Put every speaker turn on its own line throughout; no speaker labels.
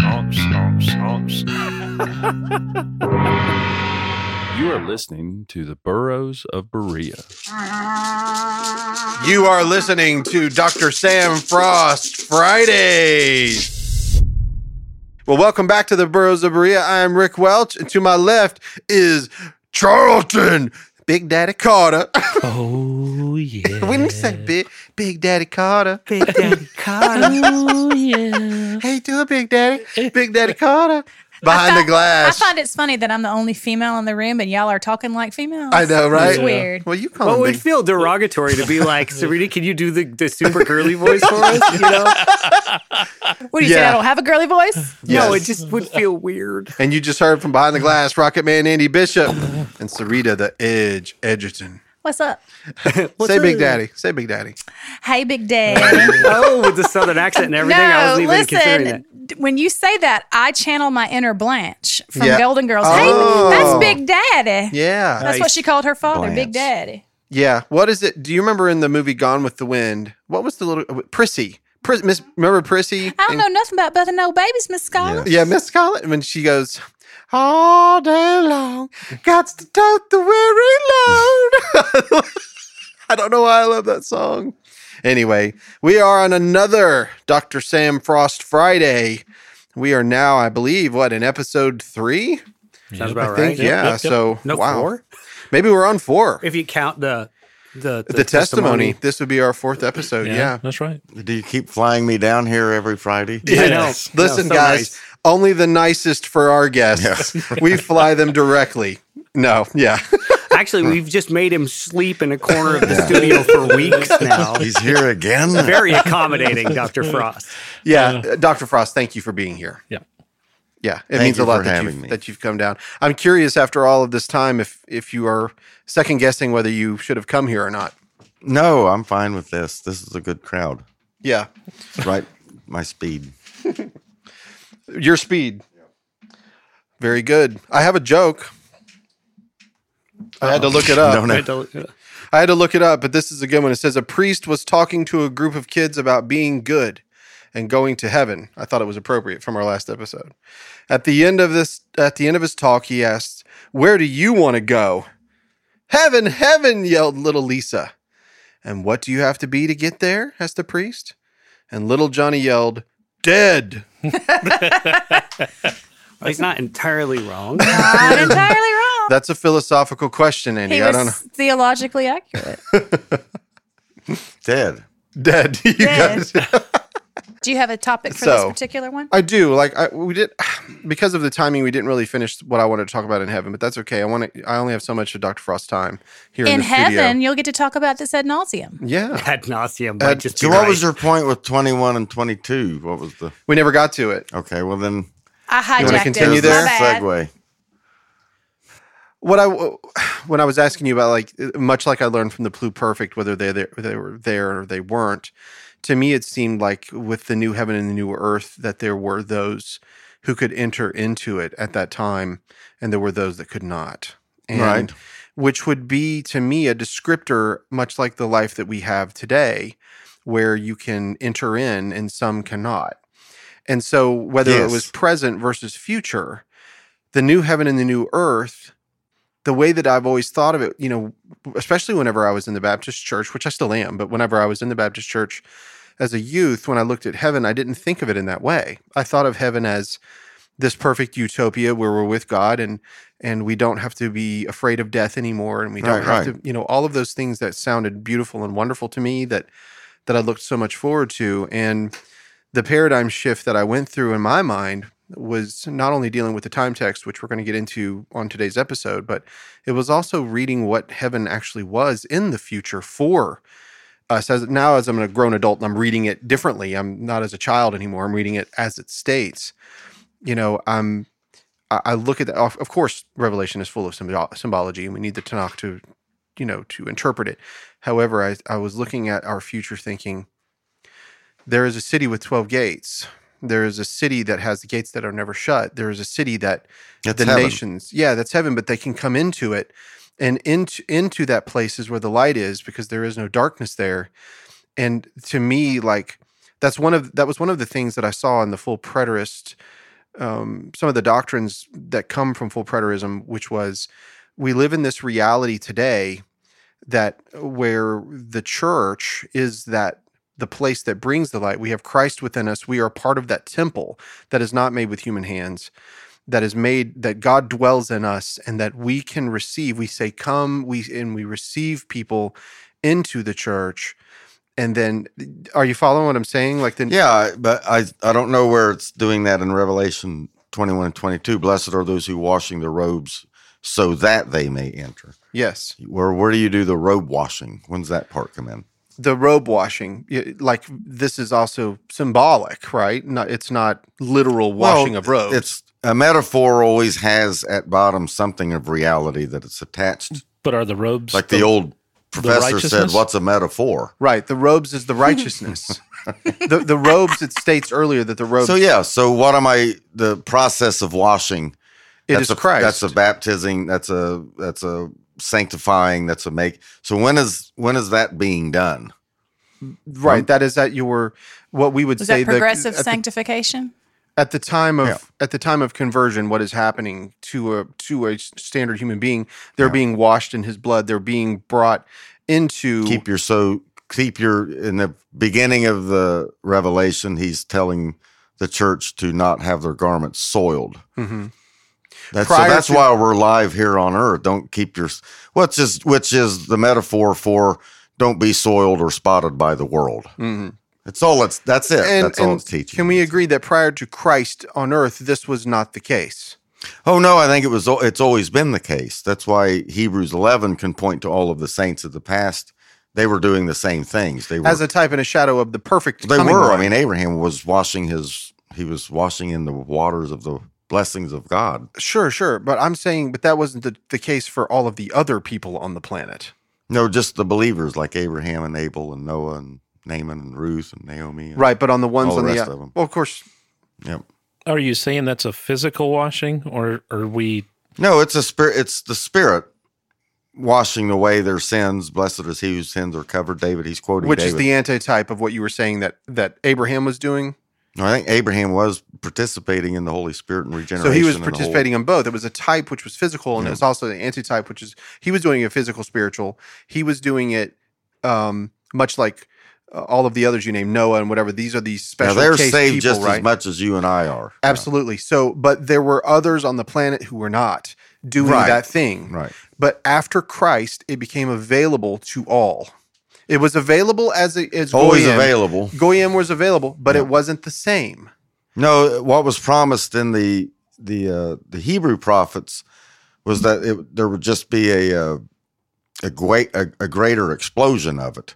Humps, humps, humps. You are listening to the Burrows of Berea.
You are listening to Dr. Sam Frost Fridays. Well, welcome back to the Burrows of Berea. I am Rick Welch, and to my left is Charlton Big Daddy Carter.
Oh, yeah.
when you say big, big Daddy Carter,
Big Daddy
Oh, yeah.
hey, do it, Big Daddy, Big Daddy Carter, behind the glass.
I find it's funny that I'm the only female in the room, and y'all are talking like females.
I know, right?
It's weird.
Well, you call
Well, it
him
would
big.
Oh, feel derogatory to be like, Serena, can you do the, the super girly voice for us? You know?
What do you say?
Yeah.
I don't have a girly voice.
No, it
Yes.
just would feel weird.
and you just heard from behind the glass, Rocket Man Andy Bishop and Sarita the Edge Edgerton.
What's up?
say Big Daddy. Say Big Daddy.
Hey, Big Daddy.
Oh, with the southern accent and everything. I
no,
wasn't even considering that.
listen. d- When you say that, I channel my inner Blanche from
Yeah.
Golden Girls.
Oh.
Hey, that's Big Daddy.
Yeah.
That's what she called her father, Big
Blanche.
Daddy.
Yeah. What is it? Do you remember in the movie Gone with the Wind? What was the little uh, Prissy? Pris, Miss, remember Prissy?
I don't know nothing about birthing no babies, Miss Scholar.
Yeah, Miss Scarlet. When she goes, all day long, got to tote the weary load. I don't know why I love that song. Anyway, we are on another Dr. Sam Frost Friday. We are now, I believe, what in episode three?
Sounds about
I
right.
think, yeah. So
No,
wow,
four?
maybe we're on four.
If you count the the,
the testimony. This would be our fourth episode. yeah.
that's right.
Do you keep flying me down here every Friday?
I know.
Yes.
No,
Listen,
so
guys,
nice.
only the nicest for our guests. we fly them directly. No, yeah.
Actually, we've just made him sleep in a corner of the studio for weeks now.
He's here again.
Very accommodating, Dr. Frost.
Yeah. Dr. Frost, thank you for being here.
Yeah.
Yeah. It
Thank
means a
you
lot
for
that
having
you've,
me.
that you've come down. I'm curious after all of this time if if you are second guessing whether you should have come here or not.
No, I'm fine with this. This is a good crowd.
Yeah.
It's right my speed.
Your speed. Very good. I have a joke. I had to look it up.
No, no.
I had to look it up, but this is a good one. It says a priest was talking to a group of kids about being good and going to heaven. I thought it was appropriate from our last episode. At the end of this at the end of his talk, he asked, "Where do you want to go?" "Heaven, heaven!" yelled little Lisa. "And what do you have to be to get there?" asked the priest. And little Johnny yelled, "Dead."
He's not entirely wrong.
Not entirely wrong.
That's a philosophical question, Andy.
He
I
was
don't know.
theologically accurate.
Dead.
Dead. you
Dead.
guys.
Do you have a topic for this
So-
particular one?
I do. Like I, we did because of the timing, we didn't really finish what I wanted to talk about in heaven, but that's okay. I want to. I only have so much of Dr. Frost's time here in,
In
the
heaven, you'll get to talk about this ad nauseum.
Studio. Yeah,
Ad nauseum might
Ad-
just be
So, what
right.
Uh, was your point with 21 and 22? What was the.
we never got to it.
Okay, well, then.
I
wanna
hijacked
continue
it.
there?
My bad.
Segue.
What I when I was asking you about like uh, much like I learned from the Blue Perfect, whether they they were there or they weren't. To me, it seemed like with the new heaven and the new earth that there were those who could enter into it at that time, and there were those that could not. And
Right.
which would be to me a descriptor, much like the life that we have today, where you can enter in and some cannot. And so, whether it was
Yes.
present versus future, the new heaven and the new earth, the way that I've always thought of it, you know, especially whenever I was in the Baptist church, which I still am, but whenever I was in the Baptist church as a youth, when I looked at heaven, I didn't think of it in that way. I thought of heaven as this perfect utopia where we're with God and and we don't have to be afraid of death anymore and we don't
Right,
have
right.
to you know all of those things that sounded beautiful and wonderful to me that that I looked so much forward to and the paradigm shift that I went through in my mind was not only dealing with the time text which we're going to get into on today's episode but it was also reading what heaven actually was in the future for us as uh, now as I'm a grown adult and I'm reading it differently. I'm not as a child anymore. I'm reading it as it states. You know, I'm I, I look at that. Of, of course, Revelation is full of symbol- symbology, and we need the Tanakh to, you know, to interpret it. However, I, I was looking at our future thinking. There is a city with twelve gates. There is a city that has gates that are never shut. There is a city that
That's
the
heaven.
nations. Yeah, that's heaven, but they can come into it. And into into that place is where the light is because there is no darkness there. And to me, like that's one of that was one of the things that I saw in the full preterist, um, some of the doctrines that come from full preterism, which was we live in this reality today that where the church is that the place that brings the light. We have Christ within us. We are part of that temple that is not made with human hands that is made that God dwells in us and that we can receive. We say, Come, we and we receive people into the church. And then are you following what I'm saying? Like the
Yeah, but I I don't know where it's doing that in Revelation 21 and 22. Blessed are those who washing their robes so that they may enter.
yes.
Where where do you do the robe washing? When's that part come in?
the robe washing y- like this is also symbolic right not it's not literal washing
Well,
of robes
It's a metaphor always has at bottom something of reality that it's attached.
But are the robes
Like the old professor said,
righteousness?
what's a metaphor?
right the robes is the righteousness the, the robes it states earlier that the robes
So yeah, so what am I the process of washing?
it
that's
is
a,
christ
That's a baptizing, that's a that's a sanctifying, that's a make. So when is when is that being done?
right
hmm.
that is at your what we would
Was
say
that progressive
the, at the
sanctification?
at the time of
Yeah.
at the time of conversion what is happening to a to a s- standard human being they're being washed in his blood they're being brought into
keep your so keep your in the beginning of the revelation he's telling the church to not have their garments soiled
Mhm.
that's, so
Prior
that's
to-
why we're live here on earth don't keep your which is which is the metaphor for don't be soiled or spotted by the world
Mhm.
it's all it's that's it
And-
that's all
and
it's teaching
can we agree that prior to christ on earth this was not the case
oh no i think it was al- it's always been the case that's why hebrews 11 can point to all of the saints of the past they were doing the same things they were
as a type and a shadow of the perfect
They
coming
were. I
one.
mean, Abraham was washing his. He was washing in the waters of the blessings of God.
sure sure but i'm saying but that wasn't the, the case for all of the other people on the planet
No, just the believers like Abraham and Abel and Noah and Naaman and Ruth and Naomi. And,
right but on the ones
All
on
the
the
rest of 'em.
well of course
Yep.
Are you saying that's a physical washing, or are we?
No, it's a spirit. It's the spirit washing away their sins. Blessed is he whose sins are covered. David. He's quoting.
which
David.
is the antitype of what you were saying that that abraham was doing
No, I think Abraham was participating in the Holy Spirit and regeneration.
So he was
and the whole-
participating in both. It was a type which was physical, and
Yeah.
it was also the antitype, which is he was doing a physical spiritual. He was doing it um, much like uh, all of the others you named, Noah and whatever. These are these
Now
special
they're
case
saved
people,
just
right?
as much as you and I are. Yeah.
Absolutely. So, but there were others on the planet who were not doing
Right.
that thing.
Right.
But after Christ, it became available to all. It was available as a as
Always
Goyim.
available.
Goyim was available, but
Yeah.
it wasn't the same.
No, what was promised in the the uh, the Hebrew prophets was that it, there would just be a uh, a, great, a a greater explosion of it,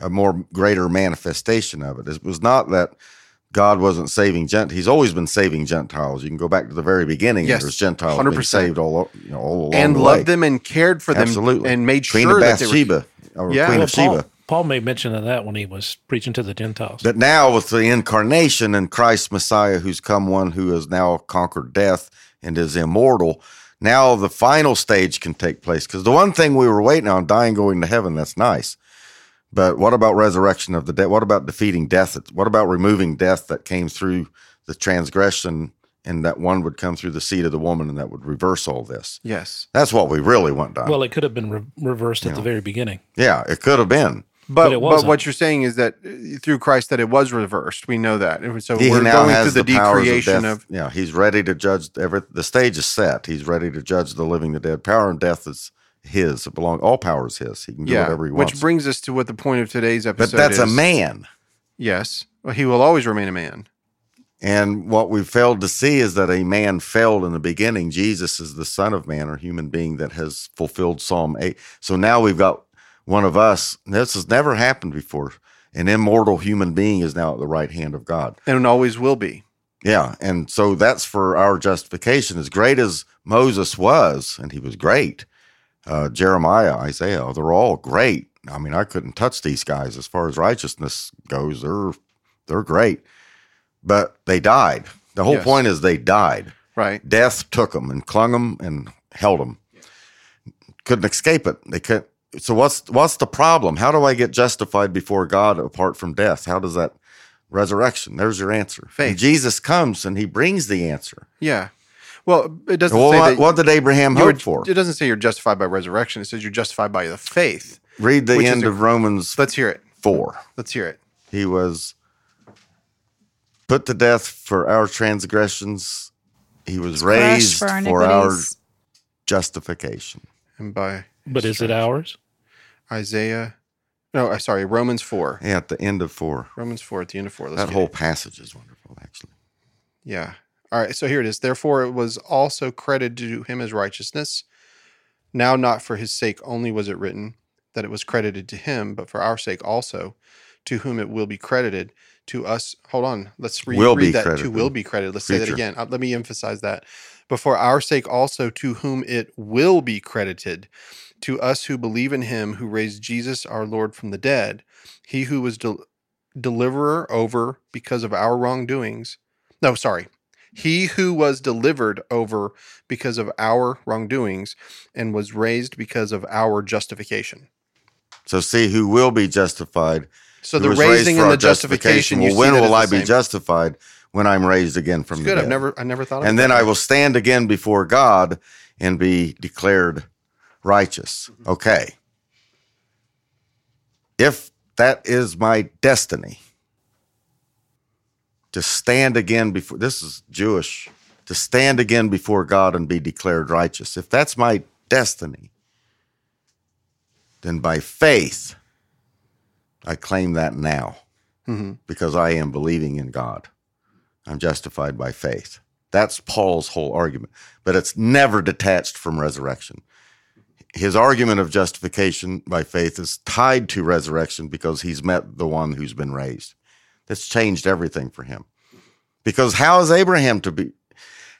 a more greater manifestation of it. It was not that God wasn't saving Gent. He's always been saving Gentiles. You can go back to the very beginning.
Yes,
there's Gentiles being
100%.
saved all o- you know all along
and
the
loved
way.
them and cared for them
Absolutely.
and made
Queen
sure
of
that they were
Bathsheba or
Yeah.
Queen
Well,
of Sheba.
Paul, Paul made mention of that when he was preaching to the Gentiles.
That now, with the incarnation and Christ Messiah, who's come one who has now conquered death and is immortal, now the final stage can take place. Because the one thing we were waiting on, dying, going to heaven, that's nice. But what about resurrection of the dead? What about defeating death? What about removing death that came through the transgression and that one would come through the seed of the woman and that would reverse all this?
Yes.
That's what we really want done.
well, it could have been re- reversed at the very beginning.
yeah, it could have been.
But,
But it
but
wasn't.
what you're saying is that uh, through Christ that it was reversed. We know that. And so
He
we're
now
going
has
through the,
powers
decreation
death.
of,
Yeah, he's ready to judge every. The stage is set. He's ready to judge the living, the dead. Power and death is his. It belong. All power is his. He can do
yeah,
whatever he wants.
which brings us to what the point of today's
but
episode
that's a
is.
man.
Yes. Well, he will always remain a man.
And what we failed to see is that a man failed in the beginning. Jesus is the Son of Man or human being that has fulfilled Psalm eight. So now we've got one of us. and This has never happened before. An immortal human being is now at the right hand of God.
And always will be.
Yeah. And so that's for our justification. As great as Moses was, and he was great, uh, Jeremiah, Isaiah, they're all great. I mean, I couldn't touch these guys as far as righteousness goes. They're they're great. But they died. The whole
Yes.
point is they died.
Right.
Death took them and clung them and held them. Couldn't escape it. They could. So what's what's the problem? How do I get justified before God apart from death? How does that resurrection? There's your answer.
Faith.
And Jesus comes and he brings the answer.
Yeah. Well, it doesn't
Well,
say
what,
that
what did Abraham
you're-
hope for?
It doesn't say you're justified by resurrection. It says you're justified by the faith.
Read the
which is
end
a-
of Romans
Let's hear it.
4.
Let's hear it.
He was put to death for our transgressions. He was raised
Crushed
for,
for our
our
iniquities.
justification.
And by
But is it ours?
Isaiah. No, I sorry, Romans four.
Yeah, at the end of 4.
Romans four at the end of 4 Let's
that
get
whole
it.
passage is wonderful, actually.
Yeah. All right. So here it is. Therefore, it was also credited to him as righteousness. Now, not for his sake only was it written that it was credited to him, but for our sake also, to whom it will be credited. To us, hold on. Let's re-
Will be
read that. To
credited.
will be credited. Let's say that
Future.
again. Uh, let me emphasize that. But for our sake also, to whom it will be credited. To us who believe in him who raised Jesus our Lord from the dead, he who was del- deliverer over because of our wrongdoings. No, sorry. He who was delivered over because of our wrongdoings and was raised because of our justification.
So see who will be justified.
So
who
the
was raised
raising
for
and
our
the justification. you
Well, when
see that
will I
it's the
be
same.
justified? When I'm raised again from
It's
the
good.
dead.
I've never, I never thought of
and
it
then
that
I
way.
will stand again before God and be declared righteous.
Mm-hmm.
Okay. If that is my destiny, to stand again before this is Jewish, to stand again before God and be declared righteous. If that's my destiny, then by faith, I claim that now
Mhm.
because I am believing in God. I'm justified by faith. That's Paul's whole argument, but it's never detached from resurrection. His argument of justification by faith is tied to resurrection because he's met the one who's been raised. That's changed everything for him. Because how is Abraham to be?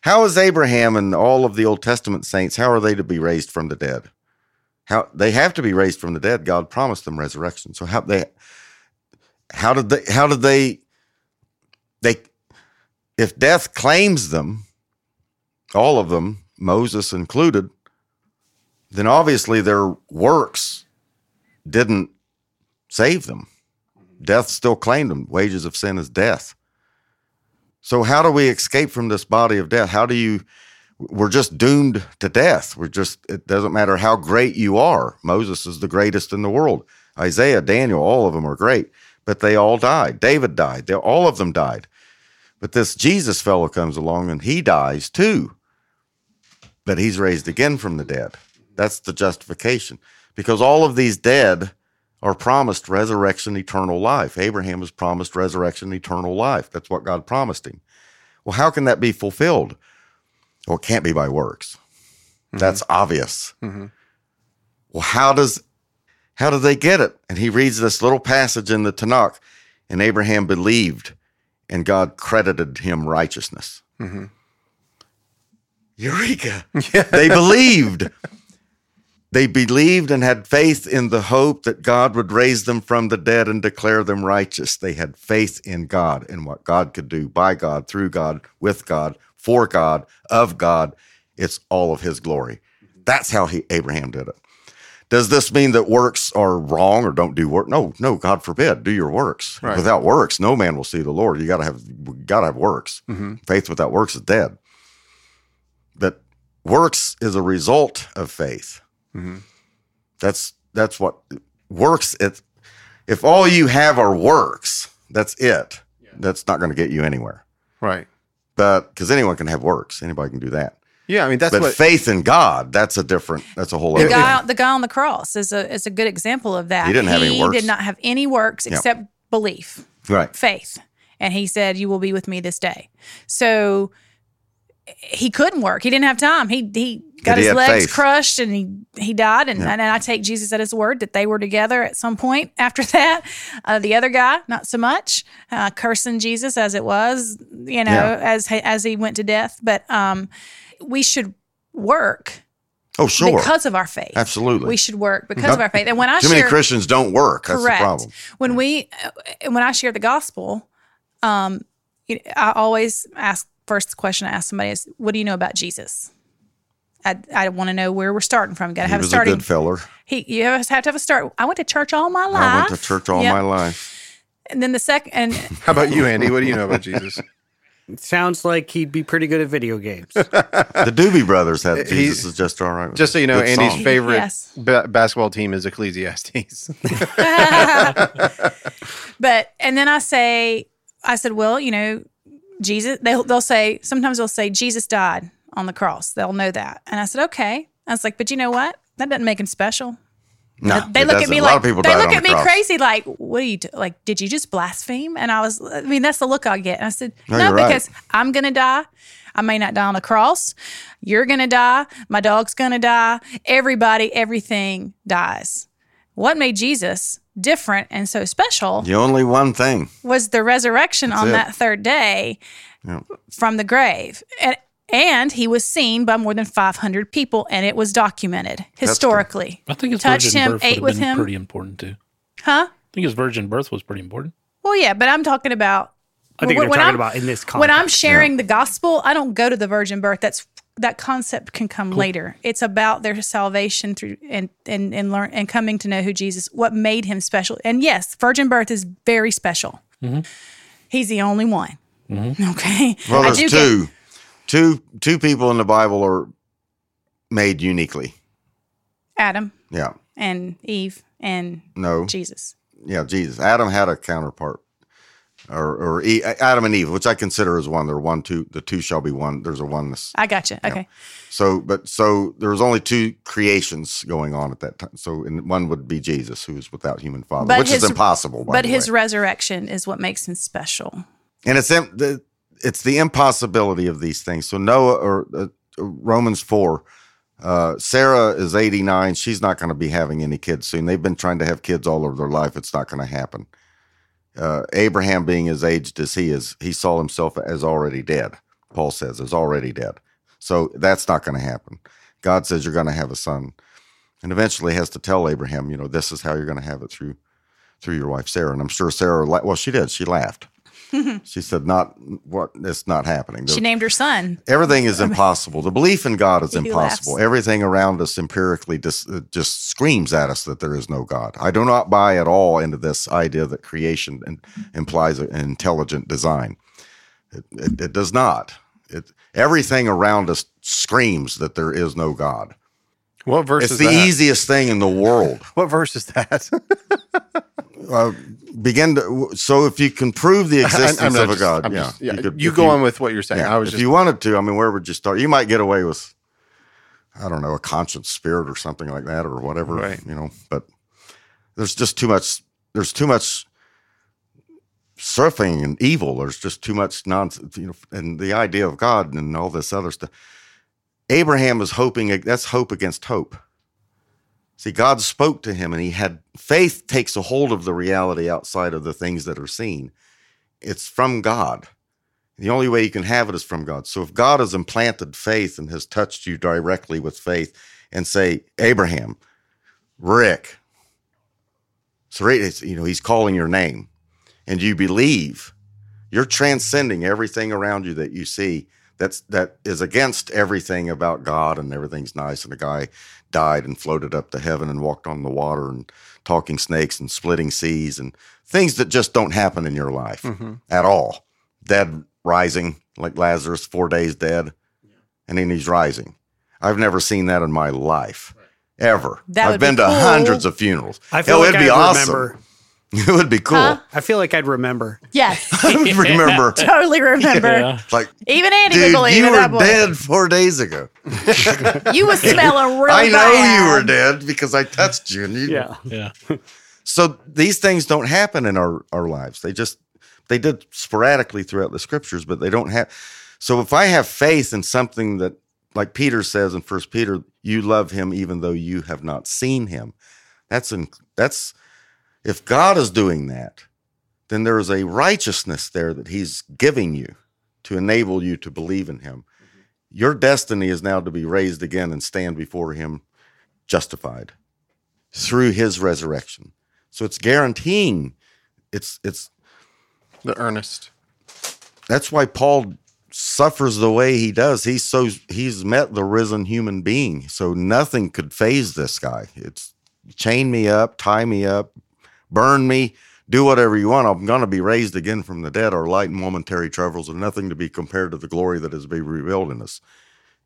How is Abraham and all of the Old Testament saints? How are they to be raised from the dead? How they have to be raised from the dead? God promised them resurrection. So how they? How did they? How did they? They if death claims them, all of them, Moses included, then obviously their works didn't save them. Death still claimed them. Wages of sin is death. So, how do we escape from this body of death? How do you? We're just doomed to death. We're just, it doesn't matter how great you are. Moses is the greatest in the world. Isaiah, Daniel, all of them are great, but they all died. David died. They, all of them died. But this Jesus fellow comes along and he dies too. But he's raised again from the dead. That's the justification. Because all of these dead are promised resurrection, eternal life. Abraham was promised resurrection, eternal life. That's what God promised him. Well, how can that be fulfilled? Well, it can't be by works. That's obvious.
Mhm.
Well, how does how do they get it? And he reads this little passage in the Tanakh, and Abraham believed and God credited him righteousness.
Mhm.
Eureka! They believed. They believed and had faith in the hope that God would raise them from the dead and declare them righteous. They had faith in God and what God could do by God, through God, with God, for God, of God. It's all of his glory. That's how he Abraham did it. Does this mean that works are wrong or don't do work? No, no, God forbid. Do your works.
Right.
Without works, no man will see the Lord. You gotta have gotta have works.
Mhm.
Faith without works is dead. But works is a result of faith.
Mhm.
That's that's what works it if all you have are works, that's it. That's not gonna get you anywhere.
Right.
But because anyone can have works, anybody can do that.
Yeah. I mean, that's
but
what.
faith in God, that's a different that's a whole
The
other thing.
guy, the guy on the cross is a is a good example of that.
He didn't have any works.
did not have any works
Yeah.
except belief,
Right.
faith, and he said, "You will be with me this day." So he couldn't work. He didn't have time. He he got
Did he
his
have
legs
faith?
crushed and he, he died. And,
Yeah.
and I take Jesus at his word that they were together at some point after that. Uh, the other guy, not so much, uh, cursing Jesus as it was, you know,
Yeah.
as, he- as he went to death. But um, we should work
Oh, sure.
because of our faith.
Absolutely. Mm-hmm.
We should work because of our faith. And when I
Too
share,
many Christians don't work. That's
Correct.
the problem.
when we uh, when I share the gospel, um, you know, I always ask first question I ask somebody is, "What do you know about Jesus?" I I want to know where we're starting from. Got to
he
have a
was
starting.
a good feller.
he you have have to have a start. I went to church all my life.
I went to church all
Yep.
my life.
And then the second, and
How about you, Andy? What do you know about Jesus?
It sounds like he'd be pretty good at video games.
The Doobie Brothers had
He-
Jesus is just all right. with
Just so you know,
Good
Andy's
song.
favorite
Yes.
ba- basketball team is Ecclesiastes.
but and then I say, I said, well, you know, Jesus. They'll they'll say sometimes they'll say Jesus died on the cross. They'll know that. And I said, okay. I was like, but you know what? That doesn't make him special.
No,
Uh, they
it
look at
doesn't.
me
a
like
lot of people
they
died
look
on
at
the
me
cross.
crazy like what are you do- like did you just blaspheme and i was i mean that's the look i get and i said
No,
no,
you're right.
because i'm gonna die i may not die on the cross you're gonna die my dog's gonna die everybody everything dies what made jesus different and so special
The only one thing.
was the resurrection on
it.
that third day
Yeah.
from the grave and and he was seen by more than 500 people and it was documented historically
I think his
touched
virgin
him,
birth
ate
would
with
have been
him.
pretty important too. I
huh
think his virgin birth was pretty important.
Well, yeah, but I'm talking about
I think
When-
they're
when
talking
I'm-
about in this context.
when I'm sharing the gospel, I don't go to the virgin birth. That's that concept can come later. It's about their salvation through and and and learn and coming to know who Jesus, what made him special. And yes, virgin birth is very special. He's the only one. Okay.
Well,
I
there's
do get-
two, two, two people in the Bible are made uniquely.
Adam
Yeah.
and Eve and
No.
Jesus.
yeah, Jesus. Adam had a counterpart, or or e- Adam and Eve, which I consider as one. They're one, two. The two shall be one. There's a oneness.
I gotcha. Okay.
So, but so there was only two creations going on at that time. So, and one would be Jesus, who is without human father,
But
which
his-
is impossible. By
But
the
his
way.
resurrection is what makes him special.
and it's im- the, it's the impossibility of these things. So Noah or uh, Romans four, uh, Sarah is eighty nine. She's not going to be having any kids soon. They've been trying to have kids all over their life. It's not going to happen. Uh, Abraham, being as aged as he is, he saw himself as already dead. Paul says is already dead. So that's not going to happen. God says you're going to have a son, and eventually has to tell Abraham, you know, this is how you're going to have it through through your wife Sarah. And I'm sure Sarah, la- well, she did. She laughed. She said, "Not what? It's not happening.
She named her son.
Everything is impossible. The belief in God is
He
impossible.
laughs.
Everything around us empirically just, just screams at us that there is no God. I do not buy at all into this idea that creation in, implies an intelligent design. It, it, it does not. It, everything around us screams that there is no God.
what verse
it's
is
the
that?
easiest thing in the world.
what verse is that?
Begin to so if you can prove the
I-
existence
not
of a
just-
God,
I'm
yeah,
just- yeah, you,
could- if
go on with what you're saying.
Yeah,
I was
if
just
you wanted to, I mean, where would you start? You might get away with, I don't know, a conscience spirit or something like that, or whatever,
Right.
you know. But there's just too much. There's too much surfing and evil. There's just too much nonsense, you know. And the idea of God and all this other stuff. Abraham is hoping. That's hope against hope. See, God spoke to him, and he had faith takes a hold of the reality outside of the things that are seen. It's from God. The only way you can have it is from God. So if God has implanted faith and has touched you directly with faith and say, Abraham, Rick, so right, it's- you know, he's calling your name and you believe, you're transcending everything around you that you see that's that is against everything about God and everything's nice and the guy died and floated up to heaven and walked on the water and talking snakes and splitting seas and things that just don't happen in your life
Mhm.
at all. Dead rising, like Lazarus, four days dead, and then he's rising. I've never seen that in my life, ever.
That
I've
would be
been to
cool.
hundreds of funerals.
I feel
Hell,
like
it'd be
I'd
awesome.
remember.
It would be cool.
Huh?
I feel like I'd remember.
Yes.
I would remember,
totally remember.
Yeah.
like,
Even Andy
dude,
would believe
you
it
were
that way.
dead four days ago.
You were smelling really
I know
bad.
you were dead because I touched you. And you
Yeah.
Yeah.
So these things don't happen in our, our lives. They just they did sporadically throughout the scriptures, but they don't have. So if I have faith in something that like Peter says in First Peter, you love him even though you have not seen him. That's in, that's if God is doing that, then there is a righteousness there that he's giving you to enable you to believe in him. Your destiny is now to be raised again and stand before him justified through his resurrection. So it's guaranteeing it's it's
The earnest.
that's why Paul suffers the way he does. He's so he's met the risen human being, so nothing could phase this guy. It's chain me up, tie me up, burn me, do whatever you want. I'm going to be raised again from the dead, or light and momentary troubles are nothing to be compared to the glory that is to be revealed in us.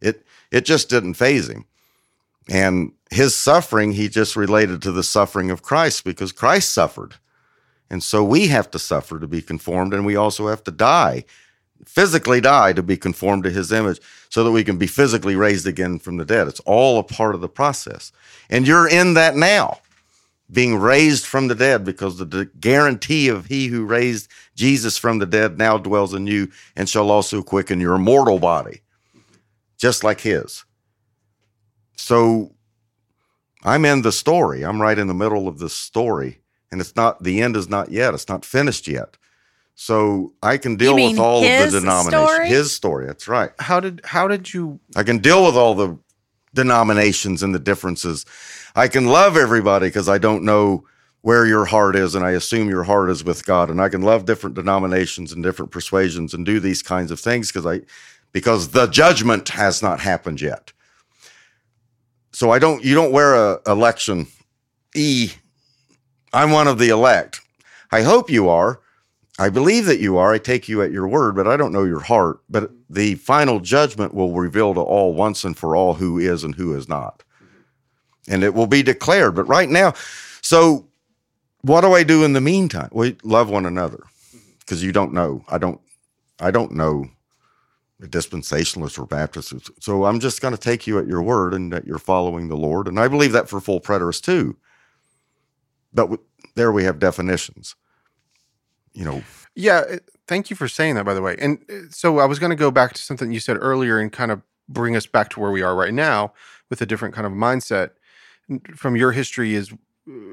It it just didn't phase him, and his suffering he just related to the suffering of Christ because Christ suffered. And so we have to suffer to be conformed, and we also have to die, physically die to be conformed to his image, so that we can be physically raised again from the dead. It's all a part of the process. And you're in that now, being raised from the dead, because the d- guarantee of he who raised Jesus from the dead now dwells in you and shall also quicken your mortal body, just like his. So I'm in the story, I'm right in the middle of the story and it's not the end is not yet. It's not finished yet. So I can deal
mean
with all of
his
the denominations.
story?
His story. That's right.
How did how did you
I can deal with all the denominations and the differences. I can love everybody because I don't know where your heart is, and I assume your heart is with God. And I can love different denominations and different persuasions and do these kinds of things because I because the judgment has not happened yet. So I don't you don't wear a election E. I'm one of the elect. I hope you are. I believe that you are. I take you at your word, but I don't know your heart. But the final judgment will reveal to all once and for all who is and who is not. And it will be declared. But right now, so what do I do in the meantime? We love one another because you don't know. I don't, I don't know the dispensationalists or Baptists. So I'm just going to take you at your word and that you're following the Lord. And I believe that for full preterists too. But w- there we have definitions. You know,
Yeah, uh, thank you for saying that, by the way. And uh, so I was going to go back to something you said earlier and kind of bring us back to where we are right now with a different kind of mindset N- from your history is uh,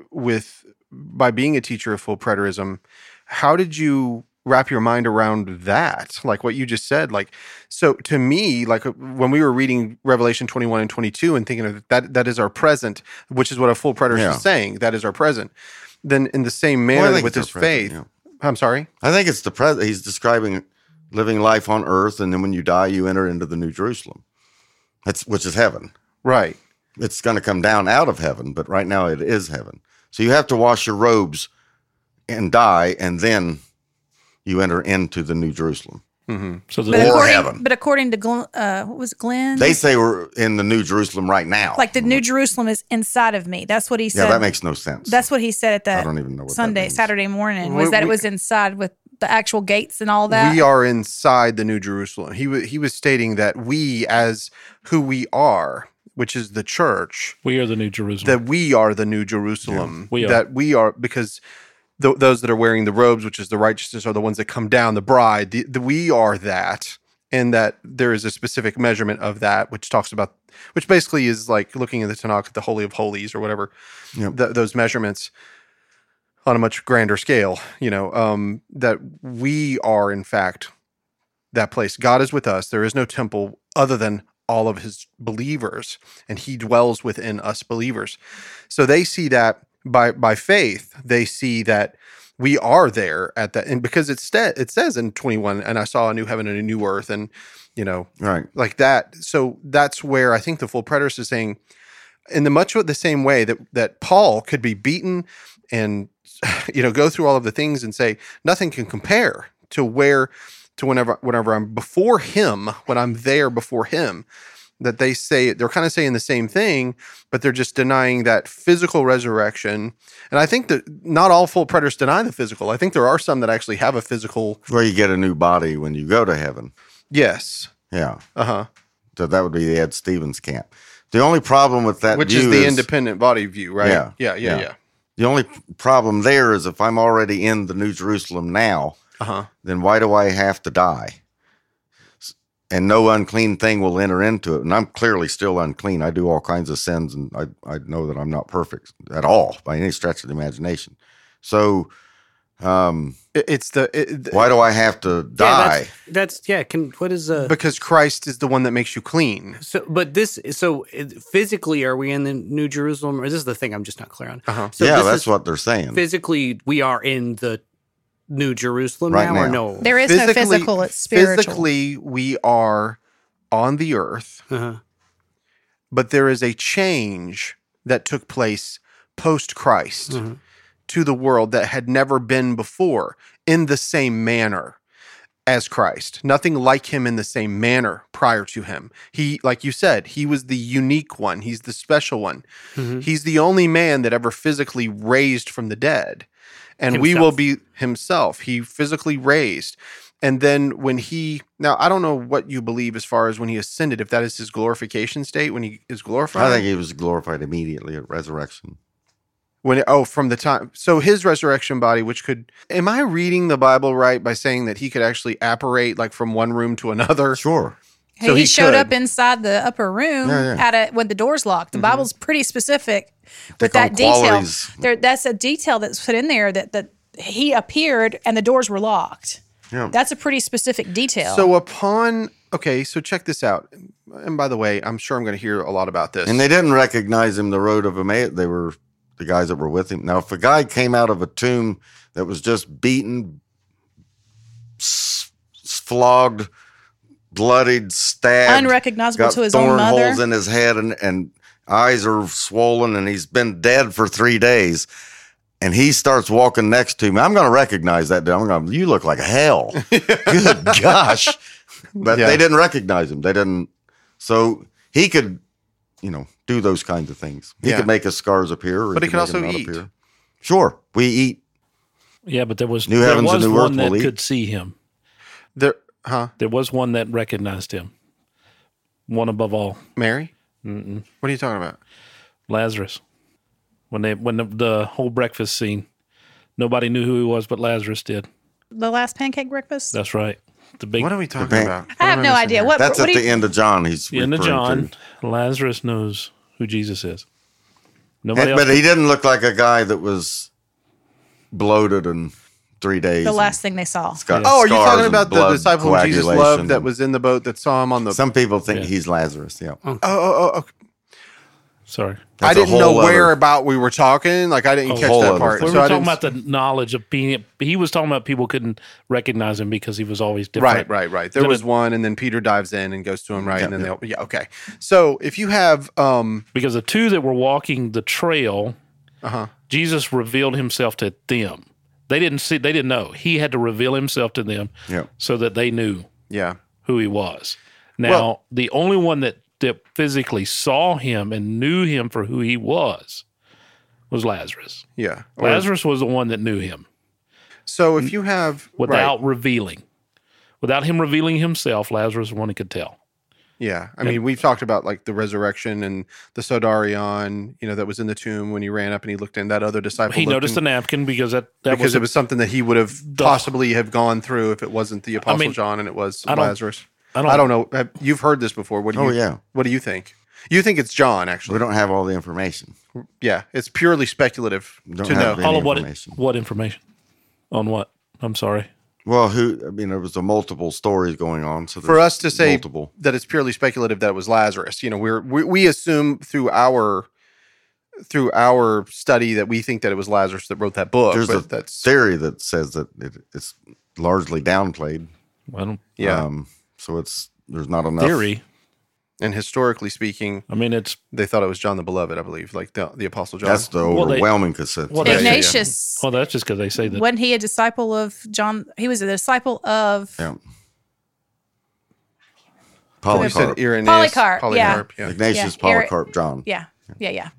with by being a teacher of full preterism. How did you wrap your mind around that? Like what you just said, like so to me, like uh, when we were reading Revelation 21 and 22 and thinking of that that is our present, which is what a full preterist
Yeah.
is saying, that is our present. Then in the same manner
Well, I think
with
it's
this
our
faith,
present, yeah.
I'm sorry.
I think it's the present. He's describing living life on earth, and then when you die, you enter into the New Jerusalem. That's which is heaven.
Right.
It's going to come down out of heaven, but right now it is heaven. So you have to wash your robes and die, and then you enter into the New Jerusalem.
Mm-hmm.
So the,
But
Or
according,
heaven.
but according to Glenn, uh, what was Glenn?
They say we're in the New Jerusalem right now.
like the New Jerusalem is inside of me. That's what he said.
yeah, that makes no sense.
That's what he said at
I
that
don't even know what that
Sunday,
means.
Saturday morning. Was
We-
that it
we-
was inside with the actual gates and all that?
we are inside the New Jerusalem. He wa he was stating that we, as who we are, which is the church,
we are the New Jerusalem.
that we are the New Jerusalem.
we are.
That we are because th- those that are wearing the robes, which is the righteousness, are the ones that come down. The bride, the, the, we are that, and that there is a specific measurement of that, which talks about, which basically is like looking at the Tanakh, at the Holy of Holies, or whatever.
Yep.
th- those measurements on a much grander scale, you know, um, that we are in fact that place. God is with us. There is no temple other than all of his believers, and he dwells within us believers. So they see that by by faith, they see that we are there at that, and because it sta- it says in twenty one, and I saw a new heaven and a new earth, and you know,
right.
like that. So that's where I think the full preterist is saying, in the much the same way that that Paul could be beaten and you know go through all of the things and say nothing can compare to where to whenever whenever I'm before him when I'm there before him that they say they're kind of saying the same thing but they're just denying that physical resurrection and I think that not all full preterists deny the physical I think there are some that actually have a physical
Where you get a new body when you go to heaven.
yes
Yeah.
uh-huh
So that would be the Ed Stevens camp. The only problem with that
which is
view
the independent body view right
Yeah,
yeah,
yeah.
yeah. yeah.
The only problem there is if I'm already in the New Jerusalem now,
Uh huh.
then why do I have to die? S- and no unclean thing will enter into it. And I'm clearly still unclean. I do all kinds of sins, and I, I know that I'm not perfect at all by any stretch of the imagination. So, um,
It- It's the it,
why do I have to die?
That's yeah. Can what is uh?
because Christ is the one that makes you clean.
so, but this so uh, physically, are we in the New Jerusalem? Or this is the thing I'm just not clear on.
Uh-huh.
So
yeah,
this
that's
is-
what they're saying.
physically we are in the New Jerusalem
Right
now, or
now.
no?
There is no physical, it's spiritual.
Physically, we are on the earth,
Uh-huh.
but there is a change that took place post Christ
Mhm.
to the world that had never been before in the same manner as Christ. Nothing like him in the same manner prior to him. He, like you said, he was the unique one, he's the special one.
Mhm.
He's the only man that ever physically raised from the dead. And we will
Himself.
be himself. He physically raised. And then when he, now I don't know what you believe as far as when he ascended, if that is his glorification state, when he is glorified.
I think he was glorified immediately at resurrection.
When oh, from the time so his resurrection body, which could am I reading the Bible right by saying that he could actually apparate like from one room to another?
Sure.
Hey,
So
he,
he
showed
could.
up inside the upper room
Yeah, yeah.
at a, when the doors locked. The Bible's pretty specific
They
with that
call
detail.
qualities-
There, that's a detail that's put in there that that he appeared and the doors were locked.
Yeah.
That's a pretty specific detail.
So upon okay, so check this out. And by the way, I'm sure I'm going to hear a lot about this.
And they didn't recognize him the road of Emmaus. They were the guys that were with him. Now, if a guy came out of a tomb that was just beaten, s- s- flogged, bloodied, stabbed,
unrecognizable
got
to his own
thorn
mother.
holes in his head, and, and eyes are swollen, and he's been dead for three days. And he starts walking next to me. I'm going to recognize that dude. I'm going. to You look like hell. Good gosh! But
Yeah.
they didn't recognize him. They didn't. So he could, you know, do those kinds of things. He
Yeah.
could make his scars appear, or
But he could
make 'em
also
not
eat.
appear. Sure, we eat.
Yeah, but there was
New
there
heavens and
was
new
one
earth
that
will eat.
could see him.
there, huh?
There was one that recognized him. One above all,
Mary,
Mm-mm.
what are you talking about?
Lazarus. When they when the, the whole breakfast scene, nobody knew who he was, but Lazarus did.
the last pancake breakfast.
That's right. The big
What are we talking
ban-
about? What
I have
am
no
missing
idea
here?
what.
That's
what
at
do
the
you-
end of John. He's
in the
referring
John.
to.
Lazarus knows who Jesus is. Nobody
And-
else.
but he didn't look like a guy that was bloated in three days.
The
and
last thing they saw.
got
Oh, are you
scars
talking
and
about the
blood
disciple whom Jesus
coagulation.
loved that was in the boat that saw him on the?
Some people think
Yeah.
he's Lazarus. Yeah,
oh, oh, oh, oh.
Sorry.
That's
I
a
didn't know
whole other-
where about we were talking. Like I didn't
Oh,
catch
whole
that
other
part.
We
thing.
were
So I
talking
didn't,
about the knowledge of being. He was talking about people couldn't recognize him because he was always different.
right, right, right. There
Did
was
it-
one, and then Peter dives in and goes to him right, and then they'll yeah, okay. So if you have um,
Because the two that were walking the trail,
uh huh,
Jesus revealed himself to them. They didn't see. They didn't know. He had to reveal himself to them
Yeah.
so that they knew
yeah,
who he was. Now,
Well-
the only one that that physically saw him and knew him for who he was was Lazarus.
yeah. Or-
Lazarus was the one that knew him
so if you have right,
without revealing. Without him revealing himself, Lazarus was the one who could tell.
yeah, I mean we've talked about like the resurrection and the Sodarion, you know, that was in the tomb when he ran up and he looked in. That other disciple
He
looked
noticed
and-
a napkin because that, that
because
was,
it was something that he would have
The-
possibly have gone through if it wasn't the Apostle
mean,
John and it was
I don't-
Lazarus.
I don't,
I don't know. Have- You've heard this before. What do
Oh
you?
yeah,
What do you think? You think it's John?
we
Actually,
don't have all the information.
yeah. It's purely speculative
We don't
to know.
have any
all of what
information.
what information on what? I'm sorry.
Well, who? I mean, there was a multiple stories going on. So
For
there's
us to say
multiple.
that it's purely speculative that it was Lazarus, you know, we're, we we assume through our through our study that we think that it was Lazarus that wrote that book.
There's
but
a
that's
theory that says that it, it's largely downplayed.
I don't
yeah.
Um, so it's there's not enough
theory.
and historically speaking,
I mean, it's
they thought it was John the Beloved, I believe, like the, the Apostle John.
That's the
Well, they-
overwhelming consent.
well, they-
Ignatius.
Ignatius.
well, that's just because they say that.
Wasn't he a disciple of John? He was a disciple of
Yeah.
You said
Polycarp.
Irenaeus,
Polycarp, yeah.
Polycarp, yeah.
Ignatius
Yeah, Ira-
Polycarp John.
yeah, yeah, yeah.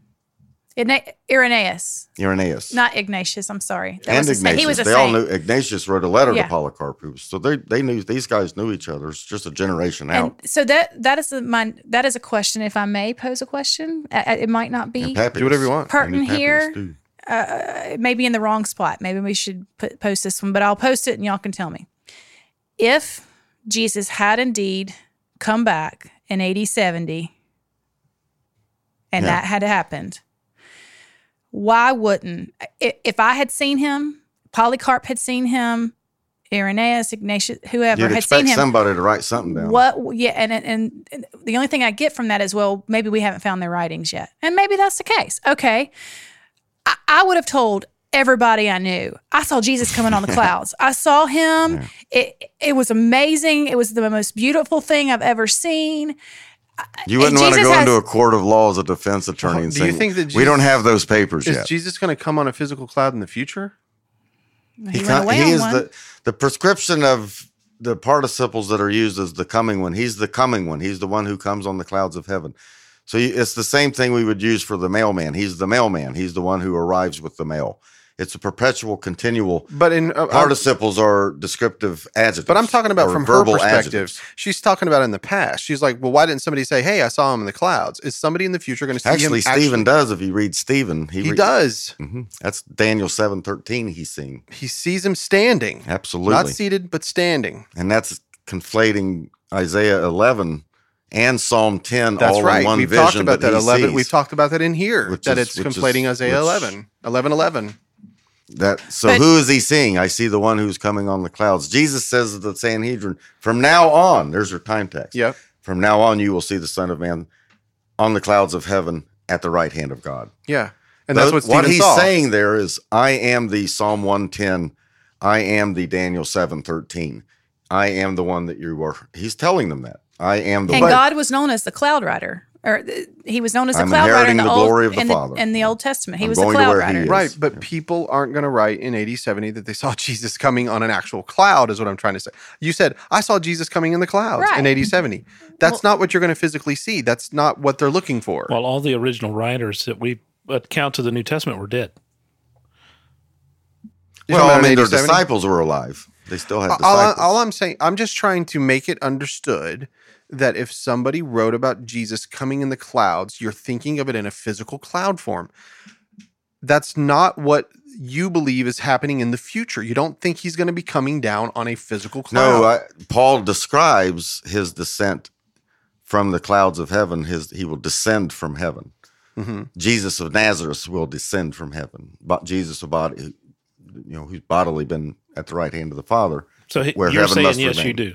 Igna- Irenaeus,
Irenaeus.
not Ignatius. I'm sorry. That
and
was a saint.
Ignatius.
He was a
they all
saint.
knew Ignatius wrote a letter
Yeah.
to Polycarp, who was, so they they knew these guys knew each other. It's just a generation
and
out.
so that that is a, my that is a question. If I may pose a question, I, I- it might not
And
be
Pappus.
Do whatever you want.
They knew
pertinent
Pappus,
here.
too.
uh, maybe in the wrong spot. Maybe we should put, post this one, but I'll post it and y'all can tell me. If Jesus had indeed come back in 80, 70, and
Yeah.
that had happened, why wouldn't, i- if I had seen him, Polycarp had seen him, Irenaeus, Ignatius, whoever
You'd
had seen
expect
him,
somebody to write something down.
what? Yeah, and, and and the only thing I get from that is, well, maybe we haven't found their writings yet, and maybe that's the case. Okay, I, I would have told everybody I knew. I saw Jesus coming on the clouds. I saw him. It it was amazing. It was the most beautiful thing I've ever seen.
You wouldn't
and
want to
Jesus
go into
has-
a court of law as a defense attorney and
Do you
say,
think that
we don't
Jesus-
have those papers
Is
yet.
Jesus going to come on a physical cloud in the future?
He,
can't-
ran away on
is
one.
the, the prescription of the participles that are used as the coming one. He's the coming one. He's the one who comes on the clouds of heaven. So you, it's the same thing we would use for the mailman. He's the mailman. He's the one who arrives with the mail. It's a perpetual, continual.
But in uh, I-
Participles are descriptive adjectives.
But I'm talking about
or
from her perspective.
adjectives.
She's talking about in the past. She's like, well, why didn't somebody say, hey, I saw him in the clouds? Is somebody in the future going to see
Actually,
him?
Stephen does. If you read Stephen, he,
He
re-
does.
Mhm. That's Daniel seven thirteen. He's seeing
He sees him standing,
absolutely,
not seated, but standing.
and that's conflating Isaiah eleven and Psalm ten
That's
all in
right.
one
We've
vision.
talked about that.
he
11.
sees.
We've talked about that in here,
Which
that
is-
it's
which is-
conflating Isaiah
which-
11, 11, 11.
that. So
But-
who is he seeing? I see the one who's coming on the clouds. Jesus says to the Sanhedrin, "From now on, there's your time text.
Yep.
From now on, you will see the Son of Man on the clouds of heaven at the right hand of God."
Yeah. And that's
Tho-
what Stephen
he's
saw.
saying there is, I am the Psalm 110. I am the Daniel 713. I am the one that you were. He's telling them that. I am the
and
one.
God was known as the cloud rider, or th- he was known as the
I'm
cloud rider in
inheriting
the,
the
old
glory of the
in,
Father.
in the Old Testament. He
I'm
was the
going to
cloud
where he
rider.
is.
Right, but people aren't going to write in 80, 70 that they saw Jesus coming on an actual cloud, is what I'm trying to say. You said, I saw Jesus coming in the clouds in
Right.
80, 70. That's not what you're going to physically see. That's not what they're looking for.
Well, all the original writers that we account to the New Testament were dead.
You know
well,
what
I
mean,
mean, their
80, 70?
disciples were alive. They still had
Uh, all, I-
disciples.
all I'm saying, I'm just trying to make it understood that if somebody wrote about Jesus coming in the clouds, you're thinking of it in a physical cloud form. That's not what you believe is happening in the future. You don't think he's going to be coming down on a physical cloud.
no, I, Paul describes his descent from the clouds of heaven. His He will descend from heaven.
Mhm.
Jesus of Nazareth will descend from heaven. But Jesus of body, you know, who's bodily been at the right hand of the Father.
So he,
Where
you're
heaven
saying
must
yes, you
remain.
do.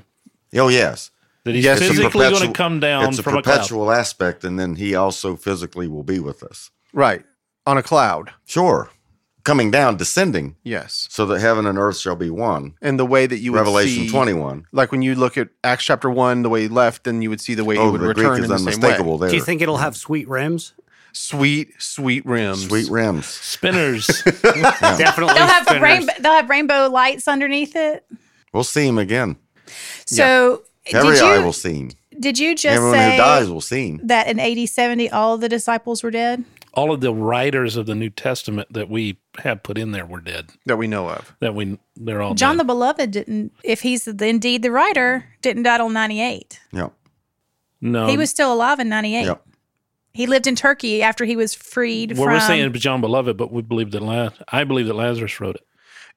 Oh, yes.
That he's
Yes, it's a
physically going to
perpetual-
come down
it's a
from a cloud.
perpetual aspect, and then he also physically will be with us.
Right. On a cloud.
Sure, coming down, descending,
Yes.
so that heaven and earth shall be one.
And the way that you would
Revelation
see-
twenty-one.
Like when you look at Acts chapter one, the way he left, then you would see the way he
Oh,
would
the
return
Greek is
in the same way.
unmistakable there.
Do you think it'll have sweet rims?
Sweet, sweet rims.
Sweet rims.
Spinners.
Definitely.
They'll have
spinners.
rainbow. They'll have rainbow lights underneth it.
We'll see him again.
So
Every
did you
eye will see him.
did you just
Everyone
say
who dies will see him.
that in 80 70 all the disciples were dead
all of the writers of the New Testament that we have put in there were dead.
That we know of.
That we they're
Oh,
all
john the
dead.
beloved didn't if he's the, indeed the writer didn't die till 98
Yeah.
no.
he was still alive in 98
Yep.
he lived in turkey after he was freed
Well,
from
we're saying John Beloved, but we believe that Laz- I believe that Lazarus wrote it.